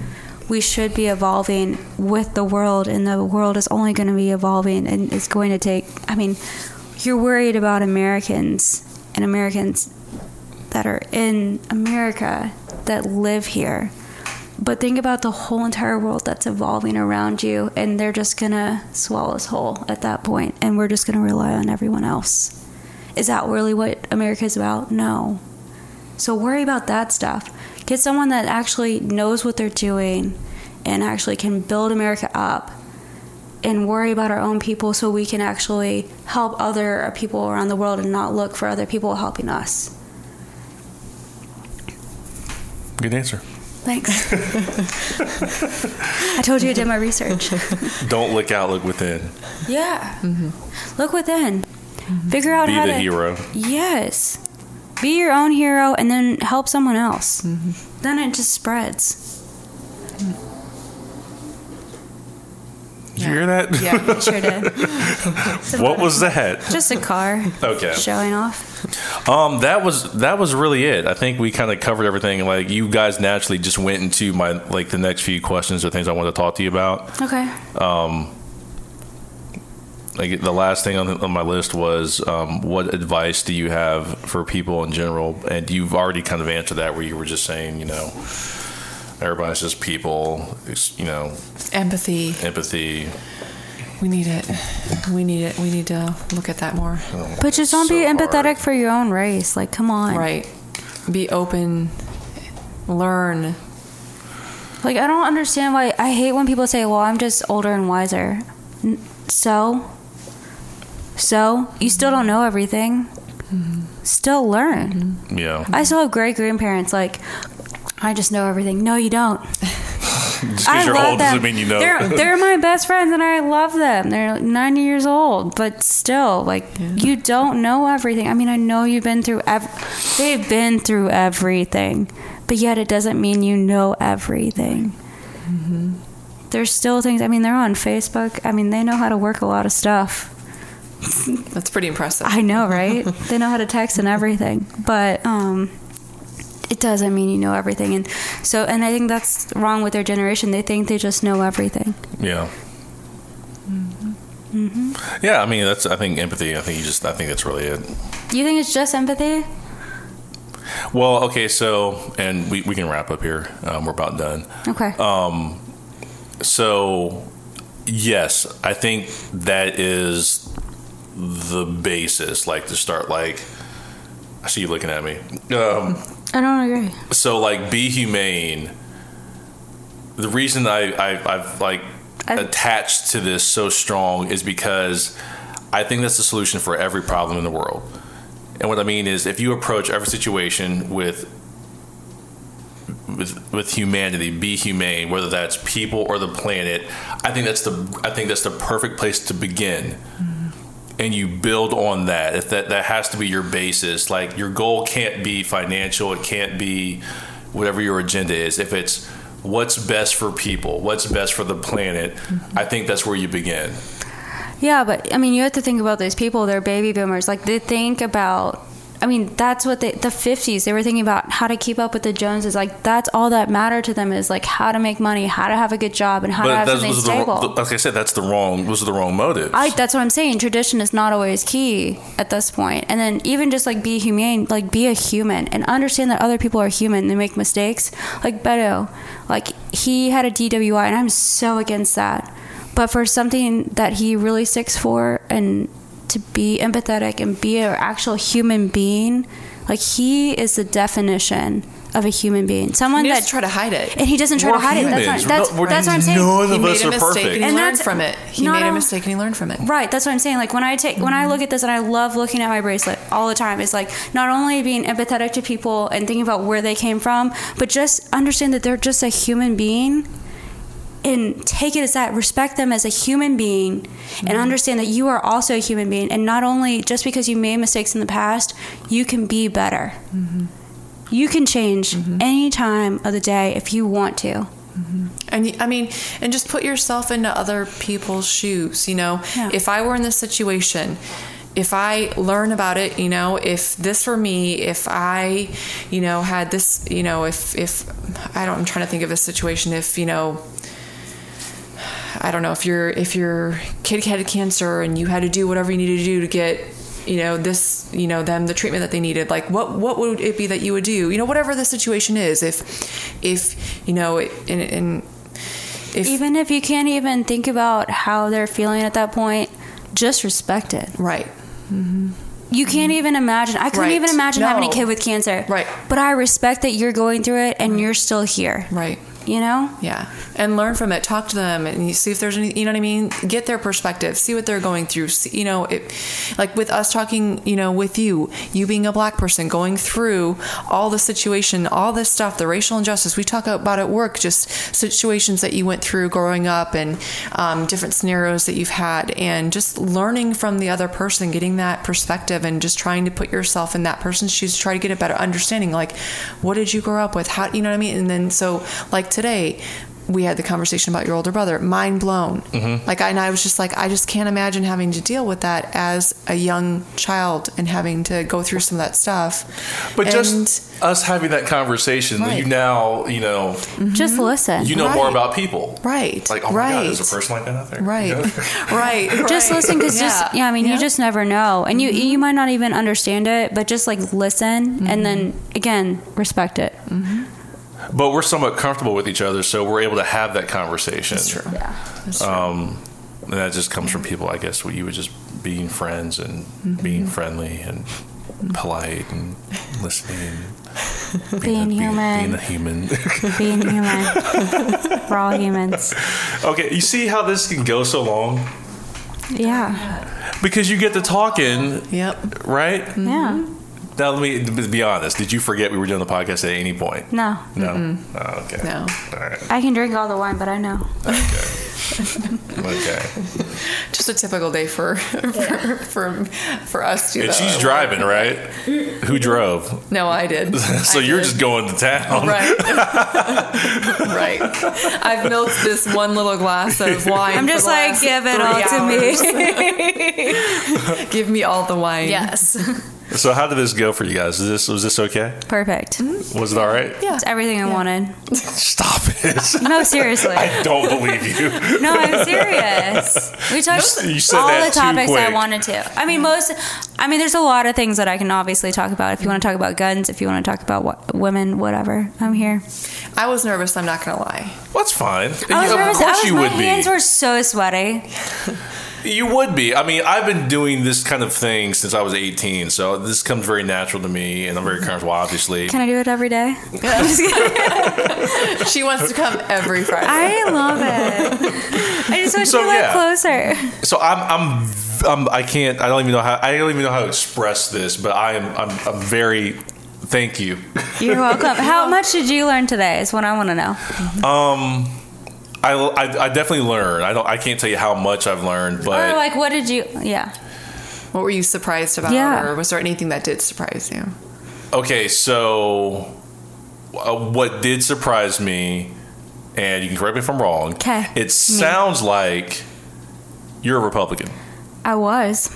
[SPEAKER 4] we should be evolving with the world, and the world is only going to be evolving, and it's going to take. I mean, you're worried about Americans and Americans that are in America that live here. But think about the whole entire world that's evolving around you, and they're just gonna swallow us whole at that point, and we're just gonna rely on everyone else. Is that really what America is about? No. So worry about that stuff. Get someone that actually knows what they're doing and actually can build America up and worry about our own people so we can actually help other people around the world and not look for other people helping us.
[SPEAKER 2] Good answer.
[SPEAKER 4] Thanks. I told you I did my research.
[SPEAKER 2] Don't look out, look within.
[SPEAKER 4] Yeah. Look within. Figure out
[SPEAKER 2] Be
[SPEAKER 4] how
[SPEAKER 2] the
[SPEAKER 4] to.
[SPEAKER 2] hero.
[SPEAKER 4] Yes. Be your own hero and then help someone else. Then it just spreads.
[SPEAKER 2] Did you hear that?
[SPEAKER 3] Yeah.
[SPEAKER 4] Sure did.
[SPEAKER 2] What was that?
[SPEAKER 4] Just a car
[SPEAKER 2] Okay.
[SPEAKER 4] showing off.
[SPEAKER 2] Um, that was that was really it. I think we kind of covered everything. Like you guys naturally just went into my like the next few questions or things I wanted to talk to you about.
[SPEAKER 4] Okay.
[SPEAKER 2] Like the last thing on, the, on my list was um, what advice do you have for people in general? And you've already kind of answered that where you were just saying you know everybody's just people. It's, you know
[SPEAKER 3] Empathy.
[SPEAKER 2] empathy.
[SPEAKER 3] We need it. We need it. We need to look at that more.
[SPEAKER 4] But just don't
[SPEAKER 2] So
[SPEAKER 4] be empathetic
[SPEAKER 2] hard.
[SPEAKER 4] for your own race. Like, come on.
[SPEAKER 3] Right. Be open. Learn.
[SPEAKER 4] Like, I don't understand why. I hate when people say, well, I'm just older and wiser. N- So? So? You still don't know everything. Still learn.
[SPEAKER 2] Yeah.
[SPEAKER 4] I still have great grandparents. Like, I just know everything. No, you don't.
[SPEAKER 2] Just
[SPEAKER 4] I
[SPEAKER 2] because you're
[SPEAKER 4] love
[SPEAKER 2] old
[SPEAKER 4] them.
[SPEAKER 2] doesn't mean you know.
[SPEAKER 4] They're, they're my best friends, and I love them. They're like 90 years old, but still, like, you don't know everything. I mean, I know you've been through. Ev- they've been through everything, but yet it doesn't mean you know everything. There's still things. I mean, they're on Facebook. I mean, they know how to work a lot of stuff.
[SPEAKER 3] That's pretty impressive.
[SPEAKER 4] I know, right? they know how to text and everything, but um, it doesn't mean you know everything. And so, and I think that's wrong with their generation. They think they just know everything.
[SPEAKER 2] Yeah.
[SPEAKER 4] Mm-hmm.
[SPEAKER 2] Yeah, I mean that's. I think empathy. I think you just. I think that's really it.
[SPEAKER 4] You think it's just empathy?
[SPEAKER 2] Well, okay, so and we, we can wrap up here. Um, we're about done.
[SPEAKER 4] Okay.
[SPEAKER 2] Uh, So, yes, I think that is the basis. Like to start. Like I see you looking at me. Um,
[SPEAKER 4] I don't agree.
[SPEAKER 2] so like be humane the reason I, I i've like
[SPEAKER 4] I-
[SPEAKER 2] attached to this so strong is because i think that's the solution for every problem in the world and what i mean is if you approach every situation with with, with humanity be humane whether that's people or the planet i think that's the i think that's the perfect place to begin and you build on that if that that has to be your basis like your goal can't be financial it can't be whatever your agenda is if it's what's best for people what's best for the planet
[SPEAKER 3] Mm-hmm.
[SPEAKER 2] i think that's where you begin
[SPEAKER 4] Yeah, but I mean, you have to think about those people. They're baby boomers. Like they think about. I mean, that's what they, the fifties. They were thinking about how to keep up with the Joneses. Like that's all that mattered to them is like how to make money, how to have a good job, and how to have
[SPEAKER 2] that's,
[SPEAKER 4] something
[SPEAKER 2] those are the,
[SPEAKER 4] stable.
[SPEAKER 2] wrong- like i said that's the wrong those are the wrong motives
[SPEAKER 4] I that's what I'm saying. Tradition is not always key at this point. And then even just like be humane, like be a human and understand that other people are human. They make mistakes. Like Beto, like he had a DWI, and I'm so against that. But for something that he really sticks for, and to be empathetic and be an actual human being, like he is the definition of a human being. Someone
[SPEAKER 3] He
[SPEAKER 4] that
[SPEAKER 3] doesn't try to hide it.
[SPEAKER 4] and he doesn't try
[SPEAKER 2] We're
[SPEAKER 4] to hide it.
[SPEAKER 2] humans.
[SPEAKER 4] That's not, that's,
[SPEAKER 2] We're not-
[SPEAKER 4] that's what I'm saying.
[SPEAKER 2] none of
[SPEAKER 3] he
[SPEAKER 2] us
[SPEAKER 3] made a
[SPEAKER 2] are
[SPEAKER 3] mistake
[SPEAKER 2] perfect.
[SPEAKER 3] and he
[SPEAKER 4] And
[SPEAKER 3] learned
[SPEAKER 4] that's-
[SPEAKER 3] from it. He
[SPEAKER 4] not
[SPEAKER 3] made a
[SPEAKER 4] all-
[SPEAKER 3] mistake and he learned from it.
[SPEAKER 4] Right, that's what I'm saying. Like when I take when I look at this and I love looking at my bracelet all the time, it's like not only being empathetic to people and thinking about where they came from, but just understand that they're just a human being and take it as that respect them as a human being and understand that you are also a human being and not only just because you made mistakes in the past, you can be better. You can change any time of the day if you want to.
[SPEAKER 3] And y- I mean, and just put yourself into other people's shoes. You know,
[SPEAKER 4] Yeah.
[SPEAKER 3] if I were in this situation, if I learn about it, you know, if this were me, if I, you know, had this, you know, if if I don't, I'm trying to think of a situation. If you know, I don't know if your if your kid had cancer and you had to do whatever you needed to do to get you know this you know them the treatment that they needed like what what would it be that you would do you know whatever the situation is if if you know it- and, and if
[SPEAKER 4] Even if you can't even think about how they're feeling at that point, just respect it.
[SPEAKER 3] right
[SPEAKER 4] You can't even imagine. I couldn't
[SPEAKER 3] Right.
[SPEAKER 4] even imagine having a
[SPEAKER 3] No.
[SPEAKER 4] kid with cancer.
[SPEAKER 3] Right.
[SPEAKER 4] But I respect that you're going through it and you're still here.
[SPEAKER 3] right
[SPEAKER 4] You know?
[SPEAKER 3] yeah and learn from it talk to them and you see if there's any you know what i mean get their perspective see what they're going through see, you know it like with us talking you know with you you being a black person going through all the situation all this stuff the racial injustice we talk about at work just situations that you went through growing up and um, different scenarios that you've had and just learning from the other person getting that perspective and just trying to put yourself in that person's shoes to try to get a better understanding like what did you grow up with how you know what i mean and then so like today we had the conversation about your older brother. Mind blown.
[SPEAKER 2] Mm-hmm.
[SPEAKER 3] Like, I, and I was just like, I just can't imagine having to deal with that as a young child and having to go through some of that stuff.
[SPEAKER 2] But
[SPEAKER 3] And-
[SPEAKER 2] just us having that conversation,
[SPEAKER 3] Right.
[SPEAKER 2] you now, you know,
[SPEAKER 3] Mm-hmm.
[SPEAKER 4] Just listen.
[SPEAKER 2] you know more
[SPEAKER 3] Right.
[SPEAKER 2] about people.
[SPEAKER 3] right,
[SPEAKER 2] Like, oh my
[SPEAKER 3] right,
[SPEAKER 2] God, there's a person like that out there. You
[SPEAKER 3] right,
[SPEAKER 2] know?
[SPEAKER 3] right,
[SPEAKER 4] just
[SPEAKER 3] right. Mm-hmm.
[SPEAKER 4] listen because just yeah i mean you just never know and you you might not even understand it but just like listen and
[SPEAKER 3] Mm-hmm.
[SPEAKER 4] then again respect it
[SPEAKER 2] But we're somewhat comfortable with each other, so we're able to have that conversation.
[SPEAKER 3] That's true.
[SPEAKER 4] yeah
[SPEAKER 3] That's true.
[SPEAKER 2] Um, and that just comes from people, I guess, where you would just being friends and
[SPEAKER 3] Mm-hmm.
[SPEAKER 2] being friendly and polite and listening and
[SPEAKER 4] Being human.
[SPEAKER 2] Being a human.
[SPEAKER 4] being human we're all humans
[SPEAKER 2] okay, you see how this can go so long?
[SPEAKER 4] yeah
[SPEAKER 2] Because you get to talking,
[SPEAKER 3] yep.
[SPEAKER 2] right?
[SPEAKER 3] Mm-hmm.
[SPEAKER 4] yeah
[SPEAKER 2] Now, let me be honest. Did you forget we were doing the podcast at any point?
[SPEAKER 4] no
[SPEAKER 2] No. Oh, okay.
[SPEAKER 3] No.
[SPEAKER 2] All right.
[SPEAKER 4] i can drink all the wine but i know
[SPEAKER 2] Okay.
[SPEAKER 3] Just a typical day for for for, for us. To
[SPEAKER 2] and she's driving, right? Who drove?
[SPEAKER 3] No, I did.
[SPEAKER 2] So
[SPEAKER 3] I
[SPEAKER 2] you're
[SPEAKER 3] did.
[SPEAKER 2] just going to town.
[SPEAKER 3] Right, right. I've milked this one little glass of wine.
[SPEAKER 4] i'm
[SPEAKER 3] for
[SPEAKER 4] just
[SPEAKER 3] the
[SPEAKER 4] like
[SPEAKER 3] last
[SPEAKER 4] give it
[SPEAKER 3] three
[SPEAKER 4] all
[SPEAKER 3] hours.
[SPEAKER 4] to me
[SPEAKER 3] Give me all the wine.
[SPEAKER 4] yes
[SPEAKER 2] So how did this go for you guys? Is this was this okay?
[SPEAKER 4] perfect
[SPEAKER 2] Was it all right?
[SPEAKER 3] Mm, Yeah.
[SPEAKER 4] it's everything i wanted
[SPEAKER 2] Stop it.
[SPEAKER 4] no seriously
[SPEAKER 2] I don't believe you.
[SPEAKER 4] No, I'm serious. We talked
[SPEAKER 2] You said
[SPEAKER 4] all
[SPEAKER 2] that
[SPEAKER 4] the
[SPEAKER 2] too
[SPEAKER 4] topics I
[SPEAKER 2] quick.
[SPEAKER 4] wanted to. I mean, most. I mean, there's a lot of things that I can obviously talk about. If you want to talk about guns, if you want to talk about what, women, whatever, I'm here.
[SPEAKER 3] I was nervous. I'm not gonna lie.
[SPEAKER 2] That's fine.
[SPEAKER 4] I was
[SPEAKER 2] of
[SPEAKER 4] nervous. I
[SPEAKER 2] course
[SPEAKER 4] was,
[SPEAKER 2] you
[SPEAKER 4] my
[SPEAKER 2] would
[SPEAKER 4] hands
[SPEAKER 2] be.
[SPEAKER 4] were so sweaty.
[SPEAKER 2] you would be. I mean, I've been doing this kind of thing since I was 18, so this comes very natural to me, and I'm very comfortable, obviously.
[SPEAKER 4] Can I do it every day?
[SPEAKER 3] She wants to come every Friday.
[SPEAKER 4] I love it. I just wish
[SPEAKER 2] So,
[SPEAKER 4] we were
[SPEAKER 2] yeah.
[SPEAKER 4] closer.
[SPEAKER 2] So I'm, I'm, I'm, I can't. I don't even know how. I don't even know how to express this, but I am. I'm, I'm very. Thank you.
[SPEAKER 4] You're welcome. How much did you learn today? Is what I want to know.
[SPEAKER 2] Um, I, I, I definitely learned. I don't. I can't tell you how much I've learned,
[SPEAKER 4] Or
[SPEAKER 2] but
[SPEAKER 4] like, what did you? Yeah.
[SPEAKER 3] What were you surprised about?
[SPEAKER 4] Yeah.
[SPEAKER 3] Or was there anything that did surprise you?
[SPEAKER 2] Okay, so uh, what did surprise me, and you can correct me if I'm wrong.
[SPEAKER 4] 'Kay. Me.
[SPEAKER 2] It sounds like you're a Republican,
[SPEAKER 4] I was.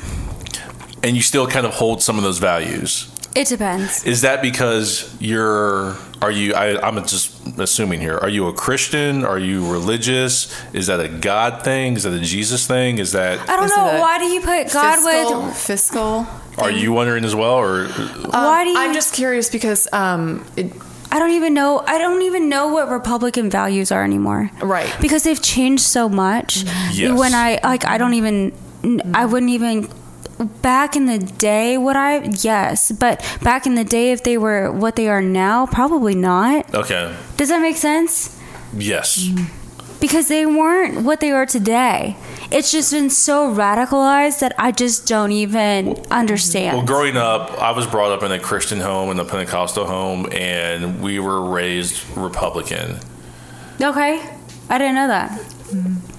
[SPEAKER 2] and you still kind of hold some of those values.
[SPEAKER 4] It depends.
[SPEAKER 2] Is that because you're? Are you? I, I'm just assuming here. Are you a Christian? Are you religious? Is that a God thing? Is that a Jesus thing? Is that?
[SPEAKER 4] I don't
[SPEAKER 3] Is
[SPEAKER 4] know.
[SPEAKER 3] it a
[SPEAKER 4] Why do you put God
[SPEAKER 3] fiscal,
[SPEAKER 4] with?
[SPEAKER 3] fiscal. Um,
[SPEAKER 2] Are you wondering as well, or
[SPEAKER 4] why do you?
[SPEAKER 3] I'm just curious because, um, it,
[SPEAKER 4] I don't even know. I don't even know what Republican values are anymore.
[SPEAKER 3] Right.
[SPEAKER 4] Because they've changed so much.
[SPEAKER 2] Yes.
[SPEAKER 4] When I like, I don't even. I wouldn't even. back in the day, would I? Yes, but back in the day, if they were what they are now, probably not.
[SPEAKER 2] Okay.
[SPEAKER 4] Does that make sense?
[SPEAKER 2] Yes.
[SPEAKER 4] Because they weren't what they are today. It's just been so radicalized that I just don't even understand.
[SPEAKER 2] Well, growing up, I was brought up in a Christian home and a Pentecostal home, and we were raised Republican.
[SPEAKER 4] okay, I didn't know that.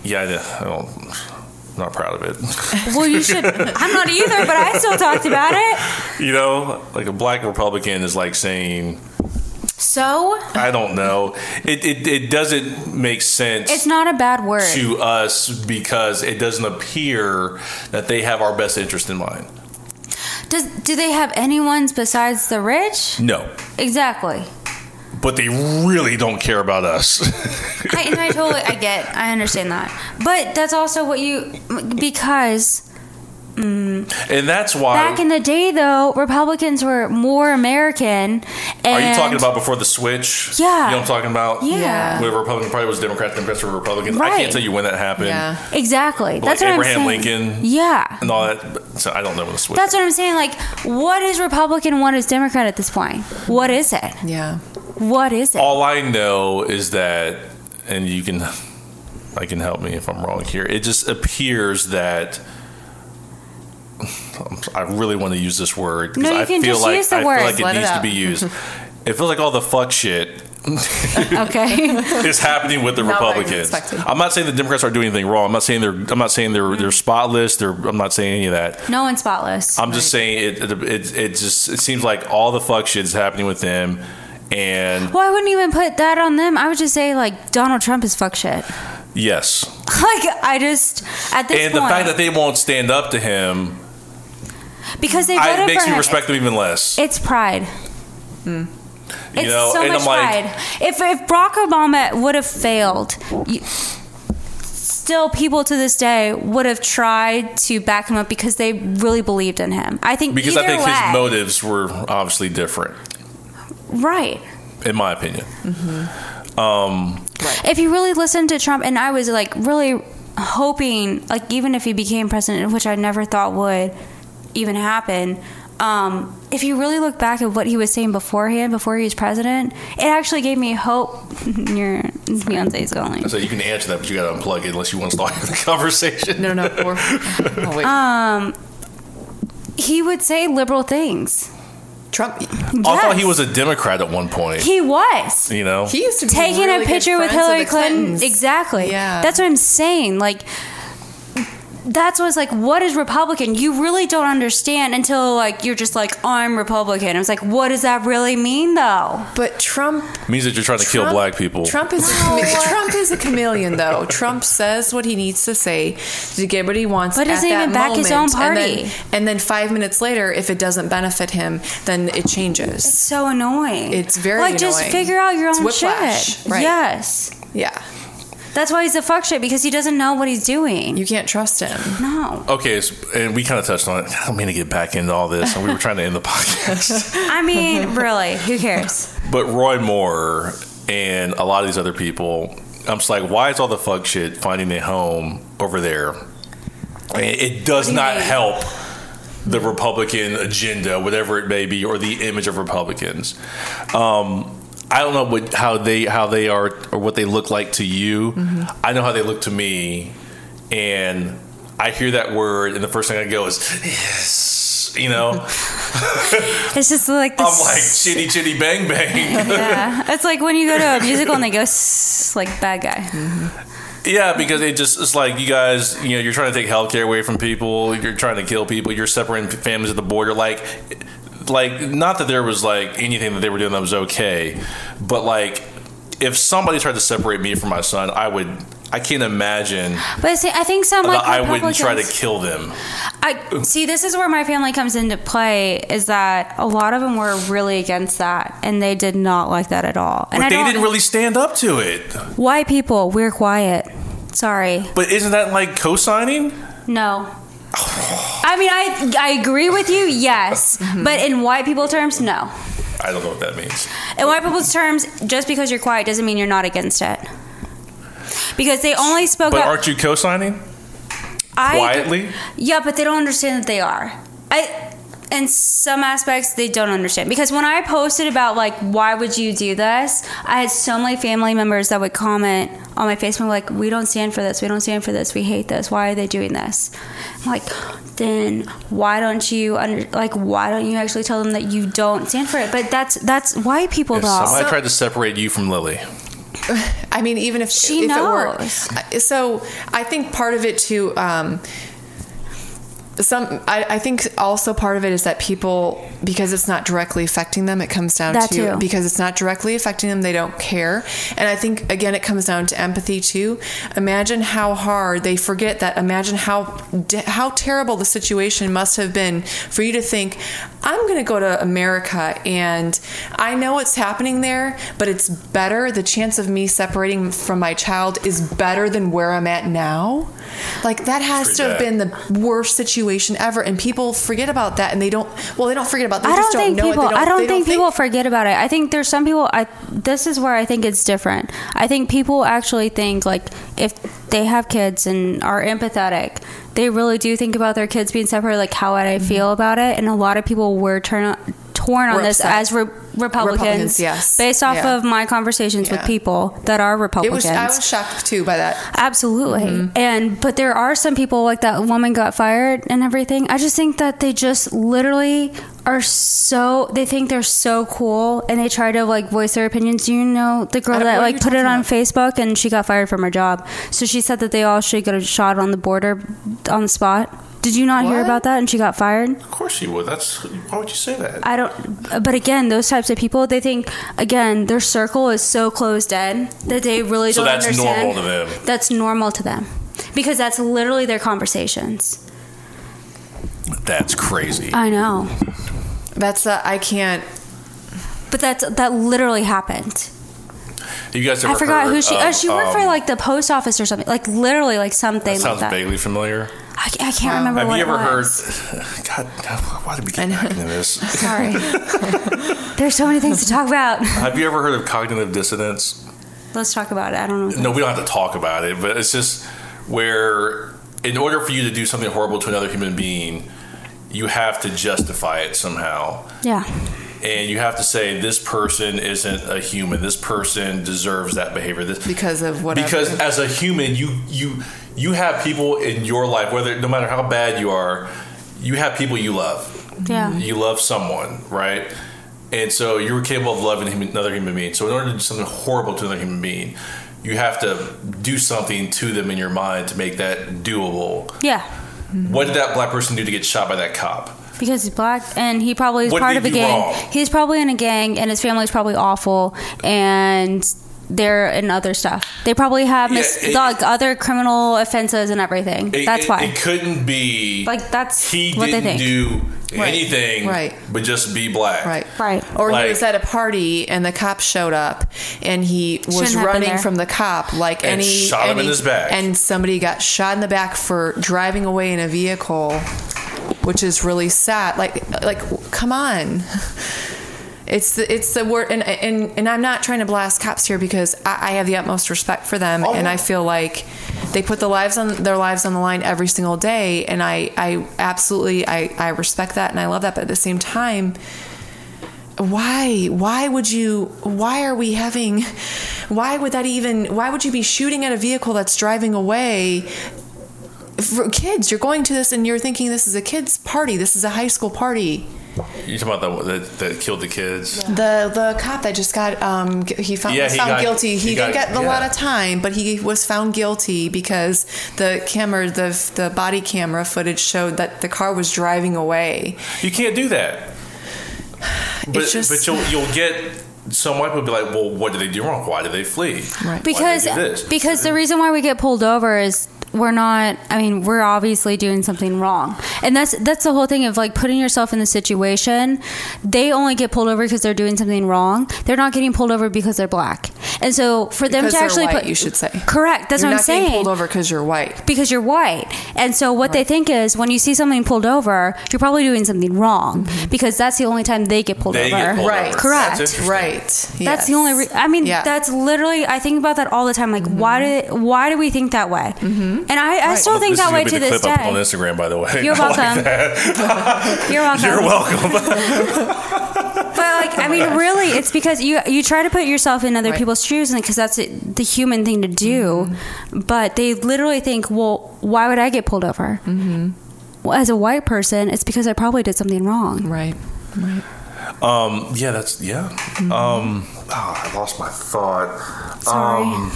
[SPEAKER 2] Yeah, I don't- I don't. I'm Not proud of it.
[SPEAKER 4] Well, you should. I'm not either, but I still talked about it.
[SPEAKER 2] you know, like a black Republican is like saying,
[SPEAKER 4] So
[SPEAKER 2] I don't know. It it, it doesn't make sense.
[SPEAKER 4] it's not a bad word.
[SPEAKER 2] to us because it doesn't appear that they have our best interest in mind.
[SPEAKER 4] Does do they have anyone's besides the rich?
[SPEAKER 2] No,
[SPEAKER 4] Exactly.
[SPEAKER 2] but they really don't care about us.
[SPEAKER 4] I, and I totally, I get, I understand that. But that's also what you, because
[SPEAKER 2] and that's why.
[SPEAKER 4] back in the day, though, Republicans were more American. And
[SPEAKER 2] are you talking about before the switch?
[SPEAKER 4] Yeah.
[SPEAKER 2] You know what I'm talking about?
[SPEAKER 4] Yeah.
[SPEAKER 3] Yeah.
[SPEAKER 2] When the Republican Party was Democrat, Democrats were Republicans. I
[SPEAKER 4] Right.
[SPEAKER 2] can't tell you when that happened.
[SPEAKER 3] Yeah.
[SPEAKER 4] Exactly. that's what
[SPEAKER 2] Abraham
[SPEAKER 4] I'm saying.
[SPEAKER 2] Lincoln.
[SPEAKER 4] Yeah.
[SPEAKER 2] And all that. but- So I don't know when the switch.
[SPEAKER 4] That's what I'm saying. Like, what is Republican? What is Democrat at this point? What is it?
[SPEAKER 3] Yeah.
[SPEAKER 4] What is it?
[SPEAKER 2] all I know is that, and you can, I can help me if I'm wrong here. It just appears that. I really want to use this word
[SPEAKER 4] No, you
[SPEAKER 2] I
[SPEAKER 4] can just
[SPEAKER 2] like
[SPEAKER 4] use the
[SPEAKER 2] I
[SPEAKER 4] word.
[SPEAKER 2] feel like it
[SPEAKER 3] Let it
[SPEAKER 2] needs to
[SPEAKER 3] out.
[SPEAKER 2] be used. it feels like all the fuck shit
[SPEAKER 4] Okay.
[SPEAKER 2] is happening with the
[SPEAKER 3] Not what I
[SPEAKER 2] Republicans.
[SPEAKER 3] expected.
[SPEAKER 2] I'm not saying the Democrats are doing anything wrong. I'm not saying they're. I'm not saying they're they're spotless. They're. I'm not saying any of that.
[SPEAKER 4] no one's spotless.
[SPEAKER 2] I'm just saying it. It, it. it just. It seems like all the fuck shit is happening with them, and
[SPEAKER 4] well, I wouldn't even put that on them. I would just say like Donald Trump is fuck shit.
[SPEAKER 2] yes,
[SPEAKER 4] Like I just at this
[SPEAKER 2] and
[SPEAKER 4] point
[SPEAKER 2] the fact that they won't stand up to him
[SPEAKER 4] because they voted
[SPEAKER 2] I, it makes
[SPEAKER 4] for
[SPEAKER 2] me
[SPEAKER 4] him.
[SPEAKER 2] respect them even less.
[SPEAKER 4] It's pride.
[SPEAKER 2] you
[SPEAKER 4] It's
[SPEAKER 2] know,
[SPEAKER 4] so
[SPEAKER 2] and
[SPEAKER 4] much
[SPEAKER 2] I'm like,
[SPEAKER 4] pride. If if Barack Obama would have failed, you, still people to this day would have tried to back him up because they really believed in him. I think
[SPEAKER 2] because I
[SPEAKER 4] either
[SPEAKER 2] think
[SPEAKER 4] way,
[SPEAKER 2] his motives were obviously different,
[SPEAKER 4] right.
[SPEAKER 2] in my opinion.
[SPEAKER 4] Mm-hmm.
[SPEAKER 2] Um,
[SPEAKER 4] If you really listened to Trump, and I was like really hoping, like even if he became president, which I never thought would even happen. Um, if you really look back at what he was saying beforehand, before he was president, it actually gave me hope. Your fiance's calling.
[SPEAKER 2] So you can answer that, but you got to unplug it unless you want to start the conversation.
[SPEAKER 3] No, no, no. Or, oh, wait.
[SPEAKER 4] Uh, Um, he would say liberal things.
[SPEAKER 3] Trump.
[SPEAKER 2] Oh, I thought
[SPEAKER 4] Yes.
[SPEAKER 2] he was a Democrat at one point.
[SPEAKER 4] He was
[SPEAKER 2] you know,
[SPEAKER 3] He used to be
[SPEAKER 4] taking
[SPEAKER 3] really good
[SPEAKER 4] a picture with
[SPEAKER 3] friends
[SPEAKER 4] Hillary
[SPEAKER 3] the
[SPEAKER 4] Clinton.
[SPEAKER 3] Clintons.
[SPEAKER 4] Exactly.
[SPEAKER 3] Yeah.
[SPEAKER 4] That's what I'm saying. Like that's what's like what is Republican? You really don't understand until like you're just like I'm Republican. I was like, what does that really mean though?
[SPEAKER 3] But Trump
[SPEAKER 2] means that you're trying to kill
[SPEAKER 3] Trump-
[SPEAKER 2] black people.
[SPEAKER 3] Trump is Trump is a chameleon, though. Trump says what he needs to say to get what he wants.
[SPEAKER 4] But
[SPEAKER 3] at
[SPEAKER 4] doesn't
[SPEAKER 3] that
[SPEAKER 4] even back his
[SPEAKER 3] moment.
[SPEAKER 4] own
[SPEAKER 3] And then-
[SPEAKER 4] party.
[SPEAKER 3] And then, five minutes later, if it doesn't benefit him, then it changes.
[SPEAKER 4] So annoying.
[SPEAKER 3] It's very
[SPEAKER 4] like just
[SPEAKER 3] annoying.
[SPEAKER 4] figure out your
[SPEAKER 3] It's
[SPEAKER 4] own
[SPEAKER 3] whiplash,
[SPEAKER 4] shit.
[SPEAKER 3] right.
[SPEAKER 4] Yes.
[SPEAKER 3] Yeah,
[SPEAKER 4] That's why he's a fuck shit because he doesn't know what he's doing.
[SPEAKER 3] you can't trust him.
[SPEAKER 4] no.
[SPEAKER 2] Okay, so, and we kind of touched on it. I don't mean to get back into all this, and we were trying to end the podcast.
[SPEAKER 4] I mean, really, who cares?
[SPEAKER 2] but Roy Moore and a lot of these other people, I'm just like, why is all the fuck shit finding a home over there? I mean, it does
[SPEAKER 4] do you
[SPEAKER 2] not
[SPEAKER 4] mean?
[SPEAKER 2] help the Republican agenda, whatever it may be, or the image of Republicans. Um, I don't know what, how they how they are or what they look like to you.
[SPEAKER 4] Mm-hmm.
[SPEAKER 2] I know how they look to me, and I hear that word, and the first thing I go is yes, you know.
[SPEAKER 4] It's just like this
[SPEAKER 2] I'm like chitty chitty bang bang.
[SPEAKER 4] yeah, it's like when you go to a musical and they go "Sss," like bad guy.
[SPEAKER 2] Yeah, because it just it's like you guys, you know, you're trying to take healthcare away from people. You're trying to kill people. You're separating families at the border. Like, like not that there was like anything that they were doing that was okay, but like if somebody tried to separate me from my son, I would. I can't imagine
[SPEAKER 4] But see, I think some like
[SPEAKER 2] that I wouldn't try to
[SPEAKER 4] Republicans-
[SPEAKER 2] kill them.
[SPEAKER 4] I see. This is where my family comes into play. Is that a lot of them were really against that, and they did not like that at all. And
[SPEAKER 2] But
[SPEAKER 4] I
[SPEAKER 2] they
[SPEAKER 4] don't,
[SPEAKER 2] didn't really stand up to it.
[SPEAKER 4] White people, we're quiet. Sorry,
[SPEAKER 2] But isn't that like co-signing?
[SPEAKER 4] no. I mean, I I agree with you, yes, but in white people terms, no.
[SPEAKER 2] I don't know what that means.
[SPEAKER 4] In white people's terms, just because you're quiet doesn't mean you're not against it. Because they only spoke
[SPEAKER 2] But
[SPEAKER 4] up.
[SPEAKER 2] aren't you co-signing?
[SPEAKER 4] I
[SPEAKER 2] Quietly?
[SPEAKER 4] yeah, but they don't understand that they are. I in some aspects they don't understand because when I posted about like why would you do this, I had so many family members that would comment on my Facebook like we don't stand for this, we don't stand for this, we hate this. Why are they doing this? I'm like then why don't you under like why don't you actually tell them that you don't stand for it? But that's that's white people
[SPEAKER 2] If
[SPEAKER 4] though.
[SPEAKER 2] somebody tried to separate you from Lily.
[SPEAKER 3] I mean, even if
[SPEAKER 4] She
[SPEAKER 3] if
[SPEAKER 4] knows.
[SPEAKER 3] it were, so I think part of it too. Um, some I, I think also part of it is that people because it's not directly affecting them it comes down
[SPEAKER 4] That
[SPEAKER 3] to
[SPEAKER 4] too.
[SPEAKER 3] because it's not directly affecting them they don't care and i think again it comes down to empathy too imagine how hard they forget that imagine how de- how terrible the situation must have been for you to think i'm going to go to america and i know what's happening there but it's better the chance of me separating from my child is better than where i'm at now like that has to have been
[SPEAKER 2] Pretty
[SPEAKER 3] the worst situation ever and people forget about that and they don't well they don't forget about that they
[SPEAKER 4] I don't
[SPEAKER 3] just
[SPEAKER 4] think
[SPEAKER 3] know it. They
[SPEAKER 4] people. I
[SPEAKER 3] they
[SPEAKER 4] don't think, people forget about it. I think there's some people. I this is where I think it's different. I think people actually think like if they have kids and are empathetic, they really do think about their kids being separate. Like how would I feel about it? And a lot of people were turn, torn
[SPEAKER 3] Mm-hmm.
[SPEAKER 4] on
[SPEAKER 3] Were
[SPEAKER 4] this
[SPEAKER 3] upset.
[SPEAKER 4] as re- Republicans,
[SPEAKER 3] Republicans, yes.
[SPEAKER 4] based off
[SPEAKER 3] Yeah.
[SPEAKER 4] of my conversations
[SPEAKER 3] Yeah.
[SPEAKER 4] with people that are
[SPEAKER 3] it
[SPEAKER 4] Republicans.
[SPEAKER 3] was i was shocked too by that
[SPEAKER 4] Absolutely.
[SPEAKER 3] Mm-hmm.
[SPEAKER 4] And but there are some people like that woman got fired and everything. I just think that they just literally are so they think they're so cool and they try to like voice their opinions. You know the
[SPEAKER 3] I
[SPEAKER 4] girl
[SPEAKER 3] don't-
[SPEAKER 4] that
[SPEAKER 3] what are
[SPEAKER 4] like
[SPEAKER 3] you
[SPEAKER 4] put it
[SPEAKER 3] talking
[SPEAKER 4] on
[SPEAKER 3] about?
[SPEAKER 4] Facebook and she got fired from her job. So she said that they all should get a shot on the border on the spot. Did you not hear
[SPEAKER 3] What?
[SPEAKER 4] about that and she got fired?
[SPEAKER 2] Of course you would. That's why would you say that?
[SPEAKER 4] I don't. But again, those types of people, they think again their circle is so closed in that they really
[SPEAKER 2] So
[SPEAKER 4] don't
[SPEAKER 2] that's
[SPEAKER 4] understand.
[SPEAKER 2] normal to them.
[SPEAKER 4] That's normal to them because that's literally their conversations.
[SPEAKER 2] That's crazy.
[SPEAKER 4] I know,
[SPEAKER 3] that's uh, i can't
[SPEAKER 4] but that's that literally happened.
[SPEAKER 2] You guys ever
[SPEAKER 4] I forgot
[SPEAKER 2] heard
[SPEAKER 4] who she.
[SPEAKER 2] of,
[SPEAKER 4] oh, she worked for
[SPEAKER 2] um,
[SPEAKER 4] like the post office or something. Like literally, like something
[SPEAKER 2] That
[SPEAKER 4] like
[SPEAKER 2] sounds
[SPEAKER 4] that.
[SPEAKER 2] vaguely familiar.
[SPEAKER 4] I, I can't remember.
[SPEAKER 2] Have
[SPEAKER 4] what
[SPEAKER 2] you
[SPEAKER 4] it
[SPEAKER 2] ever heard?
[SPEAKER 4] was.
[SPEAKER 2] God, why did we get back into this?
[SPEAKER 4] Sorry. There's so many things to talk about.
[SPEAKER 2] Have you ever heard of cognitive dissonance?
[SPEAKER 4] Let's talk about it. I don't know.
[SPEAKER 2] no, we don't have to talk about it, but it's just where, in order for you to do something horrible to another human being, you have to justify it somehow.
[SPEAKER 4] Yeah.
[SPEAKER 2] And you have to say, this person isn't a human. This person deserves that behavior. This,
[SPEAKER 3] because of what
[SPEAKER 2] because as a human, you you you have people in your life, whether no matter how bad you are, you have people you love.
[SPEAKER 4] Yeah.
[SPEAKER 3] Mm-hmm.
[SPEAKER 2] You love someone, right? And so you're capable of loving hum- another human being. So in order to do something horrible to another human being, you have to do something to them in your mind to make that doable.
[SPEAKER 4] Yeah.
[SPEAKER 2] What did that black person do to get shot by that cop?
[SPEAKER 4] Because he's black and he probably is
[SPEAKER 2] What
[SPEAKER 4] part
[SPEAKER 2] did
[SPEAKER 4] of a
[SPEAKER 2] you
[SPEAKER 4] gang.
[SPEAKER 2] wrong?
[SPEAKER 4] He's probably in a gang and his family's probably awful and they're in other stuff. They probably have
[SPEAKER 2] Yeah,
[SPEAKER 4] mis-
[SPEAKER 2] it-
[SPEAKER 4] like other criminal offenses and everything.
[SPEAKER 2] It-
[SPEAKER 4] that's
[SPEAKER 2] it-
[SPEAKER 4] why.
[SPEAKER 2] it couldn't be
[SPEAKER 4] Like, that's
[SPEAKER 2] he
[SPEAKER 4] what they
[SPEAKER 2] didn't
[SPEAKER 4] think.
[SPEAKER 2] do
[SPEAKER 3] Right.
[SPEAKER 2] anything,
[SPEAKER 3] Right.
[SPEAKER 2] But just be black,
[SPEAKER 3] Right.
[SPEAKER 4] Right.
[SPEAKER 3] Or
[SPEAKER 2] Like-
[SPEAKER 3] he was at a party and the cop showed up and he
[SPEAKER 4] Shouldn't
[SPEAKER 3] was
[SPEAKER 4] have been
[SPEAKER 3] running
[SPEAKER 4] there.
[SPEAKER 3] from the cop like
[SPEAKER 2] And
[SPEAKER 3] any
[SPEAKER 2] shot him in
[SPEAKER 3] any-
[SPEAKER 2] his back.
[SPEAKER 3] And somebody got shot in the back for driving away in a vehicle, which is really sad. Like like come on. It's the, it's the word and, and and I'm not trying to blast cops here because I, I have the utmost respect for
[SPEAKER 2] Oh,
[SPEAKER 3] them and I feel like they put the lives on their lives on the line every single day and I I absolutely I I respect that and I love that but at the same time why why would you why are we having why would that even why would you be shooting at a vehicle that's driving away for kids you're going to this and you're thinking this is a kids party this is a high school party
[SPEAKER 2] You talking about that that, that killed the kids?
[SPEAKER 3] the the cop that just got um gu- he found
[SPEAKER 2] Yeah,
[SPEAKER 3] was
[SPEAKER 2] he
[SPEAKER 3] found
[SPEAKER 2] got-
[SPEAKER 3] guilty he,
[SPEAKER 2] he
[SPEAKER 3] didn't
[SPEAKER 2] got-
[SPEAKER 3] get a lot
[SPEAKER 2] yeah.
[SPEAKER 3] of time but he was found guilty because the camera the the body camera footage showed that the car was driving away
[SPEAKER 2] You can't do that. But,
[SPEAKER 3] just-
[SPEAKER 2] but you'll you'll get some white people be like, well, what did they do wrong? Why did they flee? Why did
[SPEAKER 3] Right.
[SPEAKER 2] they
[SPEAKER 4] because
[SPEAKER 2] do this?
[SPEAKER 4] because the reason why we get pulled over is we're not i mean we're obviously doing something wrong and that's that's the whole thing of like putting yourself in the situation they only get pulled over because they're doing something wrong they're not getting pulled over because they're black And so for them
[SPEAKER 3] Because
[SPEAKER 4] to
[SPEAKER 3] they're
[SPEAKER 4] actually
[SPEAKER 3] white,
[SPEAKER 4] put
[SPEAKER 3] you should say.
[SPEAKER 4] correct. That's
[SPEAKER 3] You're
[SPEAKER 4] what
[SPEAKER 3] not
[SPEAKER 4] I'm saying.
[SPEAKER 3] Being pulled over because you're white.
[SPEAKER 4] because you're white. And so what they think is when you see something pulled over, you're probably doing something wrong because that's the only time they get pulled
[SPEAKER 2] They
[SPEAKER 4] over.
[SPEAKER 2] get pulled
[SPEAKER 3] Mm-hmm. Right.
[SPEAKER 2] over.
[SPEAKER 4] Correct.
[SPEAKER 2] That's it.
[SPEAKER 3] Right. yes.
[SPEAKER 4] That's the only. Re- I mean,
[SPEAKER 3] Yeah. Mm-hmm.
[SPEAKER 4] that's literally. I think about that all the time. Like, why do why do we think that way? And I, I still think
[SPEAKER 2] this is
[SPEAKER 4] that
[SPEAKER 2] gonna
[SPEAKER 4] way
[SPEAKER 2] be
[SPEAKER 4] to
[SPEAKER 2] the
[SPEAKER 4] this
[SPEAKER 2] clip I put on
[SPEAKER 4] day.
[SPEAKER 2] Instagram, by the way.
[SPEAKER 4] You're
[SPEAKER 2] I like
[SPEAKER 4] welcome.
[SPEAKER 2] that.
[SPEAKER 4] You're welcome.
[SPEAKER 2] You're welcome.
[SPEAKER 4] But like, I mean, really, it's because you you try to put yourself in other
[SPEAKER 3] Right.
[SPEAKER 4] people's shoes, and because that's the human thing to do. But they literally think, well, why would I get pulled over? Mm-hmm. Well, as a white person, it's because I probably did something wrong.
[SPEAKER 3] Right. Right.
[SPEAKER 2] Um, yeah, that's yeah. Um, oh, I lost my thought.
[SPEAKER 4] Sorry.
[SPEAKER 2] Um,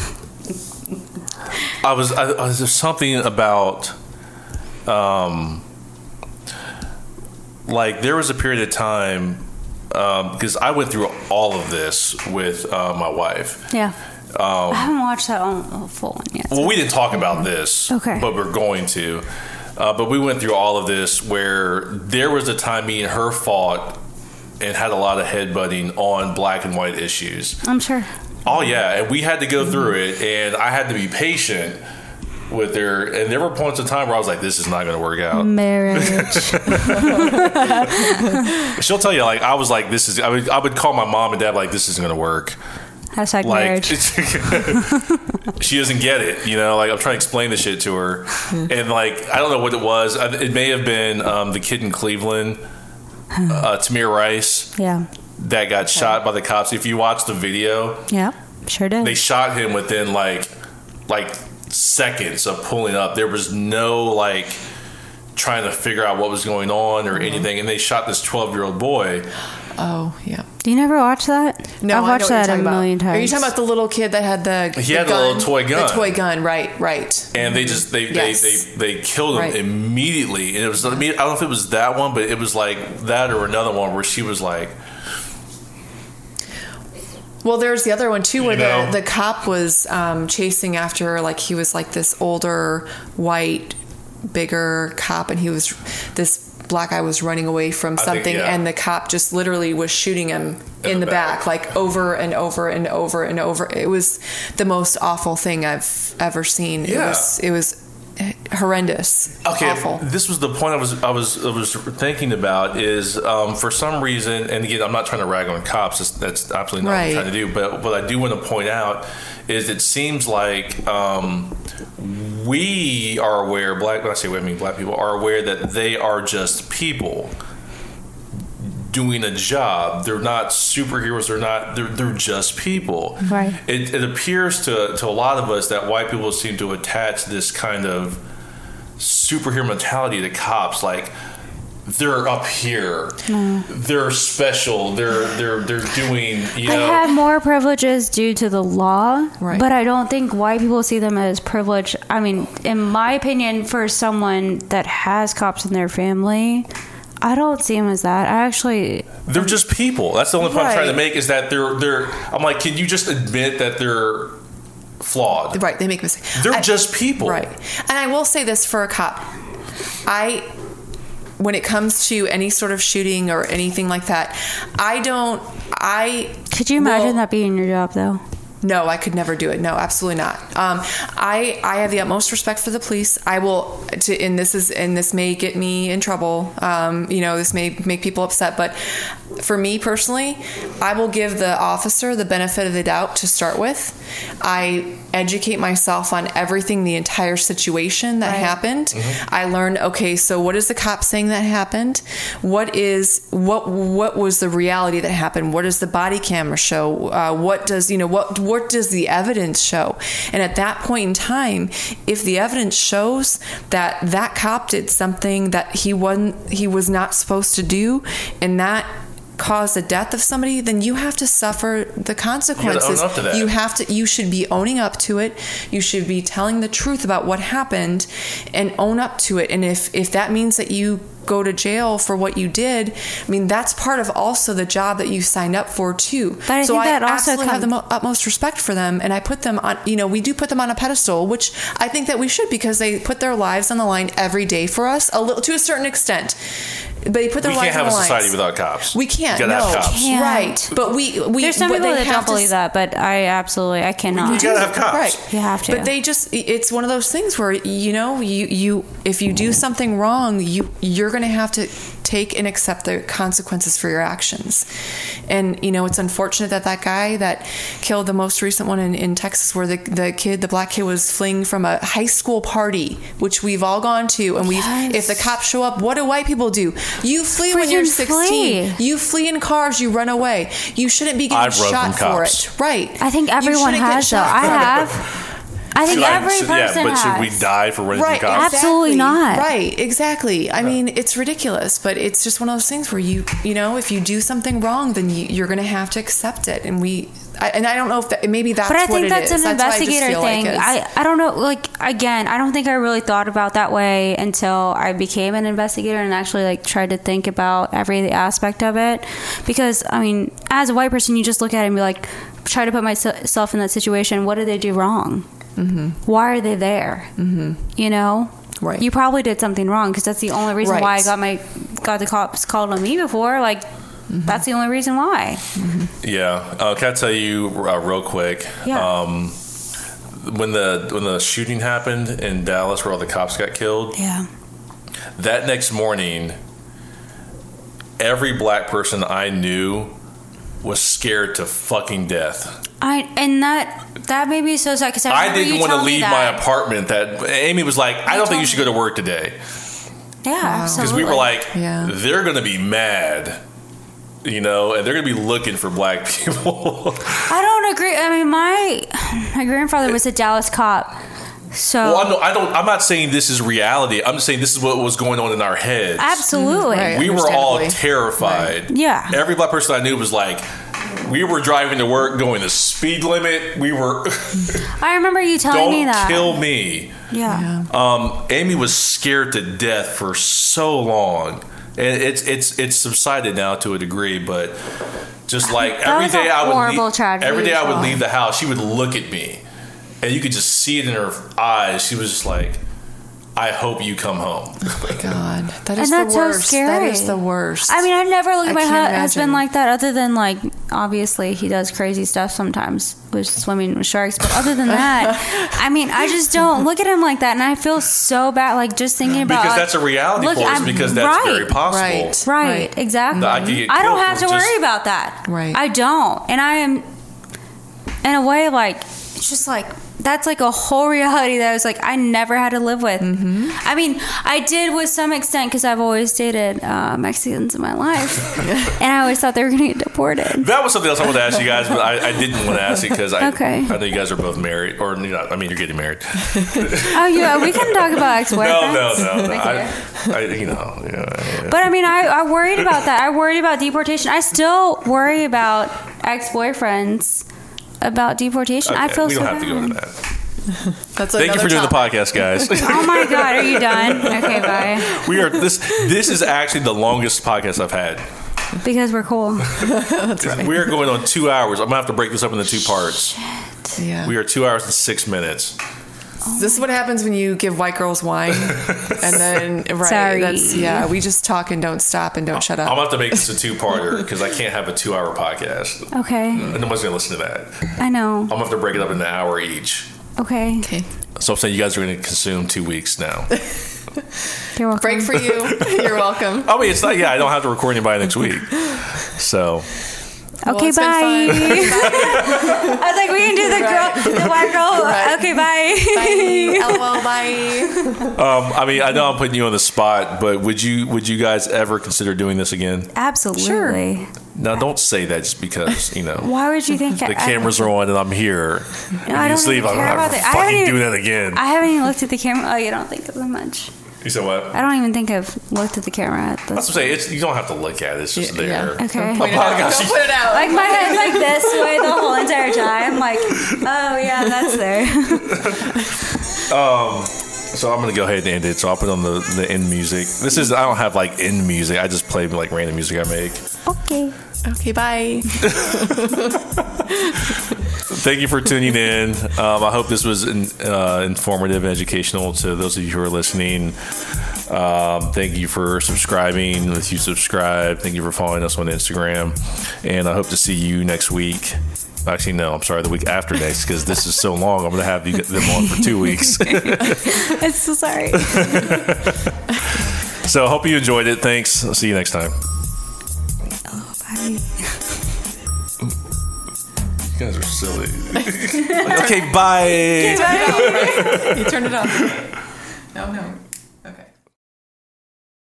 [SPEAKER 2] I was I, I was there's something about um, like there was a period of time because I went through all of this with uh, my wife.
[SPEAKER 4] Yeah.
[SPEAKER 3] Oh.
[SPEAKER 4] I haven't watched that on, full one yet.
[SPEAKER 2] Well, we didn't talk about this,
[SPEAKER 4] Okay.
[SPEAKER 2] but we're going to. Uh, but we went through all of this where there was a time me and her fought and had a lot of headbutting on black and white issues.
[SPEAKER 4] I'm sure.
[SPEAKER 2] Oh yeah, and we had to go through it, and I had to be patient with her. And there were points in time where I was like, "This is not going to work
[SPEAKER 4] Mm.
[SPEAKER 2] out."
[SPEAKER 4] Marriage.
[SPEAKER 2] She'll tell you, like, I was like, "This is." I would, I would call my mom and dad, like, "This isn't going to work."
[SPEAKER 4] Hashtag
[SPEAKER 2] Like,
[SPEAKER 4] marriage.
[SPEAKER 2] she doesn't get it, you know. Like, I'm trying to explain this shit to her, and like, I don't know what it was. I- It may have been um, the kid in Cleveland, uh, Tamir Rice,
[SPEAKER 4] Yeah.
[SPEAKER 2] that got shot by the cops. If you watch the video,
[SPEAKER 4] Yeah. Sure did.
[SPEAKER 2] they shot him within like like seconds of pulling up. There was no like trying to figure out what was going on or anything, and they shot this twelve year old boy.
[SPEAKER 3] Oh, yeah.
[SPEAKER 4] Do you never watch that?
[SPEAKER 3] No, I know
[SPEAKER 4] I've watched
[SPEAKER 3] what you're
[SPEAKER 4] that
[SPEAKER 3] talking
[SPEAKER 4] a
[SPEAKER 3] about.
[SPEAKER 4] million times.
[SPEAKER 3] Are you talking about the little kid that had the
[SPEAKER 2] He
[SPEAKER 3] the
[SPEAKER 2] had a little toy gun.
[SPEAKER 3] The toy gun, right, right.
[SPEAKER 2] And they just they
[SPEAKER 3] Yes.
[SPEAKER 2] they, they they killed him
[SPEAKER 3] Right.
[SPEAKER 2] immediately, and it was I, mean, I don't know if it was that one, but it was like that or another one where she was like,
[SPEAKER 3] Well, there's the other one too, where
[SPEAKER 2] You know.
[SPEAKER 3] the, the cop was um, chasing after her, like he was like this older, white, bigger cop, and he was this black guy was running away from
[SPEAKER 2] think,
[SPEAKER 3] something,
[SPEAKER 2] yeah.
[SPEAKER 3] and the cop just literally was shooting him in,
[SPEAKER 2] the
[SPEAKER 3] the, back.
[SPEAKER 2] back.
[SPEAKER 3] like over and over and over and over. It was the most awful thing I've ever seen. It
[SPEAKER 2] Yeah.
[SPEAKER 3] was it was horrendous.
[SPEAKER 2] okay,
[SPEAKER 3] awful.
[SPEAKER 2] this was the point I was I was I was thinking about is um, for some reason, and again, I'm not trying to rag on cops. That's, that's absolutely not
[SPEAKER 3] Right.
[SPEAKER 2] what I'm trying to do. But what I do want to point out is it seems like um, we are aware black. When I say we, I mean black people are aware that they are just people doing a job. They're not superheroes. They're not. They're, they're just people.
[SPEAKER 4] Right.
[SPEAKER 2] It, it appears to to a lot of us that white people seem to attach this kind of superhero mentality to cops. Like they're up here. They're special. They're they're they're doing. You
[SPEAKER 4] They
[SPEAKER 2] know.
[SPEAKER 4] have more privileges due to the law,
[SPEAKER 3] Right.
[SPEAKER 4] but I don't think white people see them as privilege. I mean, in my opinion, for someone that has cops in their family, I don't see them as that. I actually,
[SPEAKER 2] They're just people. That's the only point I'm trying to
[SPEAKER 3] Right.
[SPEAKER 2] make is that they're they're. I'm like, can you just admit that they're flawed?
[SPEAKER 3] Right, they make mistakes.
[SPEAKER 2] They're
[SPEAKER 3] I-
[SPEAKER 2] just people.
[SPEAKER 3] Right. And I will say this for a cop. I when it comes to any sort of shooting or anything like that, I don't I
[SPEAKER 4] could you imagine
[SPEAKER 3] will-
[SPEAKER 4] that being your job though?
[SPEAKER 3] no, I could never do it. No, absolutely not. Um, I I have the utmost respect for the police. I will to and this is and this may get me in trouble. Um, you know, this may make people upset, but for me personally, I will give the officer the benefit of the doubt to start with. I educate myself on everything, the entire situation that happened. I learned okay, so what is the cop saying that happened? What is what what was the reality that happened? What does the body camera show? Uh, what does you know what what does the evidence show? And at that point in time, if the evidence shows that that cop did something that he wasn't he was not supposed to do, and that caused the death of somebody, then you have to suffer the consequences.
[SPEAKER 2] up to that.
[SPEAKER 3] You have to you should be owning up to it you should be telling the truth about what happened and own up to it and if if that means that you go to jail for what you did i mean that's part of also the job that you signed up for too
[SPEAKER 4] But I
[SPEAKER 3] so
[SPEAKER 4] think
[SPEAKER 3] i
[SPEAKER 4] that also
[SPEAKER 3] absolutely have the
[SPEAKER 4] come-
[SPEAKER 3] mo- utmost respect for them and i put them on you know we do put them on a pedestal which i think that we should because they put their lives on the line every day for us a little to a certain extent But they put their
[SPEAKER 2] We
[SPEAKER 3] lives
[SPEAKER 2] can't have
[SPEAKER 3] on
[SPEAKER 2] a
[SPEAKER 3] the
[SPEAKER 2] society
[SPEAKER 3] lines.
[SPEAKER 2] without cops.
[SPEAKER 3] We can't.
[SPEAKER 2] You gotta
[SPEAKER 3] no.
[SPEAKER 2] have cops.
[SPEAKER 4] Can't.
[SPEAKER 3] Right. But we we
[SPEAKER 4] There's some
[SPEAKER 3] but they
[SPEAKER 4] people that
[SPEAKER 3] have
[SPEAKER 4] don't
[SPEAKER 3] to
[SPEAKER 4] believe
[SPEAKER 3] s-
[SPEAKER 4] that, but I absolutely I cannot.
[SPEAKER 2] You gotta have cops.
[SPEAKER 3] Right.
[SPEAKER 4] You have to.
[SPEAKER 3] But they just it's one of those things where you know, you you if you do something wrong, you you're going to have to take and accept the consequences for your actions. And you know, it's unfortunate that that guy that killed the most recent one in, in Texas where the the kid, the black kid was fleeing from a high school party, which we've all gone to and we've
[SPEAKER 4] Yes.
[SPEAKER 3] if the cops show up, what do white people do? You flee when you're
[SPEAKER 4] Freaking
[SPEAKER 3] 16.
[SPEAKER 4] flee.
[SPEAKER 3] You flee in cars, you run away. You shouldn't be getting
[SPEAKER 2] I've run
[SPEAKER 3] shot
[SPEAKER 2] from
[SPEAKER 3] for
[SPEAKER 2] cops.
[SPEAKER 3] it. Right.
[SPEAKER 4] I think
[SPEAKER 3] You
[SPEAKER 4] everyone
[SPEAKER 3] shouldn't get
[SPEAKER 4] has though.
[SPEAKER 3] shot
[SPEAKER 4] I
[SPEAKER 3] for it.
[SPEAKER 4] have. I think
[SPEAKER 2] Like,
[SPEAKER 4] every
[SPEAKER 2] should-
[SPEAKER 4] person
[SPEAKER 2] yeah, but should
[SPEAKER 4] has.
[SPEAKER 2] we die for running
[SPEAKER 3] Right,
[SPEAKER 2] from cops?
[SPEAKER 4] exactly. Absolutely not.
[SPEAKER 3] Right, exactly. I mean, it's ridiculous, but it's just one of those things where you, you know, if you do something wrong, then you, you're going to have to accept it. And we, I, and I don't know if that, maybe that's
[SPEAKER 4] But I
[SPEAKER 3] what
[SPEAKER 4] think
[SPEAKER 3] it
[SPEAKER 4] that's
[SPEAKER 3] is.
[SPEAKER 4] an
[SPEAKER 3] why I just
[SPEAKER 4] investigator
[SPEAKER 3] feel like
[SPEAKER 4] thing.
[SPEAKER 3] it's-
[SPEAKER 4] I, I don't know. Like again, I don't think I really thought about that way until I became an investigator and actually like tried to think about every aspect of it. Because I mean, as a white person, you just look at it and be like, try to put myself in that situation. What did they do wrong? Why are they there? Mm-hmm. You know.
[SPEAKER 3] Mm-hmm. Right.
[SPEAKER 4] You probably did something wrong because that's the only reason why I
[SPEAKER 3] Right.
[SPEAKER 4] got my got the cops called on me before. Like,
[SPEAKER 3] Mm-hmm.
[SPEAKER 4] that's the only reason why.
[SPEAKER 2] Yeah. Uh, can I tell you uh, real quick?
[SPEAKER 4] Yeah.
[SPEAKER 2] Um, when the when the shooting happened in Dallas, where all the cops got killed,
[SPEAKER 4] Yeah.
[SPEAKER 2] that next morning, every black person I knew was scared to fucking death.
[SPEAKER 4] I and that that made me so sad because I,
[SPEAKER 2] I
[SPEAKER 4] remember
[SPEAKER 2] didn't
[SPEAKER 4] you
[SPEAKER 2] want to
[SPEAKER 4] telling me
[SPEAKER 2] leave
[SPEAKER 4] that.
[SPEAKER 2] my apartment. That Amy was like, "I don't think
[SPEAKER 4] told
[SPEAKER 2] you should go to work today,"
[SPEAKER 4] Yeah,
[SPEAKER 2] because
[SPEAKER 4] absolutely.
[SPEAKER 2] we were like,
[SPEAKER 3] Yeah.
[SPEAKER 2] "They're going to be mad." You know, and they're gonna be looking for black people.
[SPEAKER 4] I don't agree. I mean, my my grandfather was a Dallas cop, so
[SPEAKER 2] Well, I, know, I don't. I'm not saying this is reality. I'm just saying this is what was going on in our heads.
[SPEAKER 4] absolutely.
[SPEAKER 3] Mm, right.
[SPEAKER 2] We were all
[SPEAKER 3] Understandably.
[SPEAKER 2] terrified.
[SPEAKER 4] Yeah.
[SPEAKER 2] Every black person I knew was like, we were driving to work, going the speed limit. We were
[SPEAKER 4] I remember you telling me
[SPEAKER 2] don't
[SPEAKER 4] that.
[SPEAKER 2] kill me.
[SPEAKER 4] yeah.
[SPEAKER 3] Yeah.
[SPEAKER 2] Um, Amy was scared to death for so long, and it's it's it's subsided now to a degree, but. Just like every
[SPEAKER 4] was a
[SPEAKER 2] day, I would
[SPEAKER 4] horrible
[SPEAKER 2] leave,
[SPEAKER 4] tragedy
[SPEAKER 2] every day I would
[SPEAKER 4] as well.
[SPEAKER 2] leave the house. She would look at me, and you could just see it in her eyes. She was just like, "I hope you come home."
[SPEAKER 3] Oh God, that is
[SPEAKER 4] that's
[SPEAKER 3] the
[SPEAKER 4] so
[SPEAKER 3] worst. That
[SPEAKER 4] scary.
[SPEAKER 3] is the worst.
[SPEAKER 4] I mean, I never looked
[SPEAKER 3] I
[SPEAKER 4] at my hu-
[SPEAKER 3] can't imagine.
[SPEAKER 4] husband like that, other than like obviously he does crazy stuff sometimes, with swimming with sharks. But other than that, I mean, I just don't look at him like that, and I feel so bad. Like just thinking about
[SPEAKER 2] because
[SPEAKER 4] like,
[SPEAKER 2] that's a reality
[SPEAKER 4] look,
[SPEAKER 2] for us
[SPEAKER 4] I'm-
[SPEAKER 2] because that's
[SPEAKER 4] right.
[SPEAKER 2] very possible.
[SPEAKER 3] Right.
[SPEAKER 4] Right, exactly.
[SPEAKER 2] That I could get
[SPEAKER 4] I don't
[SPEAKER 2] killed
[SPEAKER 4] have
[SPEAKER 2] for
[SPEAKER 4] to
[SPEAKER 2] just-
[SPEAKER 4] worry about that.
[SPEAKER 3] Right.
[SPEAKER 4] I don't. And I am, in a way, like, it's just like, that's like a whole reality that I was like, I never had to live with. I mean, I did with some extent because I've always dated uh, Mexicans in my life. and I always thought they were going to get deported.
[SPEAKER 2] That was something else I wanted to ask you guys, but I, I didn't want to ask you because I,
[SPEAKER 4] Okay.
[SPEAKER 2] I know you guys are both married, or you're not, I mean, you're getting married.
[SPEAKER 4] Oh, yeah, we can talk about ex
[SPEAKER 2] No,
[SPEAKER 4] boyfriends.
[SPEAKER 2] no, no, no.
[SPEAKER 4] Okay.
[SPEAKER 2] I, I, you know, yeah, yeah.
[SPEAKER 4] But I mean, I, I worried about that. I worried about deportation. I still worry about ex boyfriends about deportation. I
[SPEAKER 2] Okay,
[SPEAKER 4] feel
[SPEAKER 2] we
[SPEAKER 4] so
[SPEAKER 2] don't have to go
[SPEAKER 4] bad.
[SPEAKER 2] to that.
[SPEAKER 3] that's
[SPEAKER 2] Thank you for doing the podcast, guys.
[SPEAKER 4] Oh my god, are you done? Okay, bye.
[SPEAKER 2] we are this. This is actually the longest podcast I've had.
[SPEAKER 4] Because we're cool.
[SPEAKER 2] We are going on two hours. I'm gonna have to break this up into two parts.
[SPEAKER 3] the. Yeah.
[SPEAKER 2] We are two hours and six minutes.
[SPEAKER 3] This is what happens when you give white girls wine, and then right.
[SPEAKER 4] Sorry.
[SPEAKER 3] That's yeah. We just talk and don't stop and don't shut
[SPEAKER 2] Oh, I'm
[SPEAKER 3] up.
[SPEAKER 2] gonna have to make this a two-parter because I can't have a two-hour podcast.
[SPEAKER 4] Okay,
[SPEAKER 2] No one's gonna listen to that. I'm
[SPEAKER 4] I know.
[SPEAKER 2] gonna have to break it up into an hour each.
[SPEAKER 4] Okay,
[SPEAKER 3] Okay.
[SPEAKER 2] So I'm saying you guys are going to consume two weeks now.
[SPEAKER 4] you're welcome.
[SPEAKER 3] Break for you. You're welcome.
[SPEAKER 2] I mean, it's not. Yeah, I don't have to record anybody next week. So
[SPEAKER 4] okay,
[SPEAKER 3] it's been
[SPEAKER 4] bye.
[SPEAKER 3] fun.
[SPEAKER 4] I was like, we can do the girl, the white girl. Okay, bye.
[SPEAKER 3] Bye. LOL. Bye.
[SPEAKER 2] um, I mean, I know I'm putting you on the spot, but would you would you guys ever consider doing this again?
[SPEAKER 4] Absolutely.
[SPEAKER 2] Now, don't say that just because you know
[SPEAKER 4] Why would you think
[SPEAKER 2] the cameras are on and I'm here.
[SPEAKER 4] I, no, I
[SPEAKER 2] you
[SPEAKER 4] don't
[SPEAKER 2] just leave.
[SPEAKER 4] even
[SPEAKER 2] I'm
[SPEAKER 4] care
[SPEAKER 2] not
[SPEAKER 4] about
[SPEAKER 2] fucking
[SPEAKER 4] that. I haven't even,
[SPEAKER 2] do that again.
[SPEAKER 4] I haven't even looked at the camera. Oh, you don't think of them much.
[SPEAKER 2] you said what?
[SPEAKER 4] I don't even think I've looked at the camera at
[SPEAKER 2] That's
[SPEAKER 4] this.
[SPEAKER 2] what I'm saying. It's, you don't have to look at it. It's just
[SPEAKER 3] Yeah, yeah.
[SPEAKER 2] there.
[SPEAKER 4] Okay.
[SPEAKER 2] A podcast.
[SPEAKER 3] Don't put it out.
[SPEAKER 4] Like my head's like this way the whole entire time. Like, oh yeah, that's there.
[SPEAKER 2] So I'm gonna go ahead and end it. So I'll put on the, the end music. This is I don't have like end music. I just play like random music I make.
[SPEAKER 4] okay.
[SPEAKER 3] Okay, bye.
[SPEAKER 2] Thank you for tuning in. Um, I hope this was in, uh, informative and educational to those of you who are listening. Um, thank you for subscribing. If you subscribe, thank you for following us on Instagram. And I hope to see you next week. Actually, no, I'm sorry, the week after next because this is so long. I'm going to have you get them on for two weeks.
[SPEAKER 4] I'm so sorry.
[SPEAKER 2] so I hope you enjoyed it. Thanks. I'll see you next time.
[SPEAKER 4] oh, bye.
[SPEAKER 2] You guys are silly. okay, bye.
[SPEAKER 3] you turned it off. Oh no.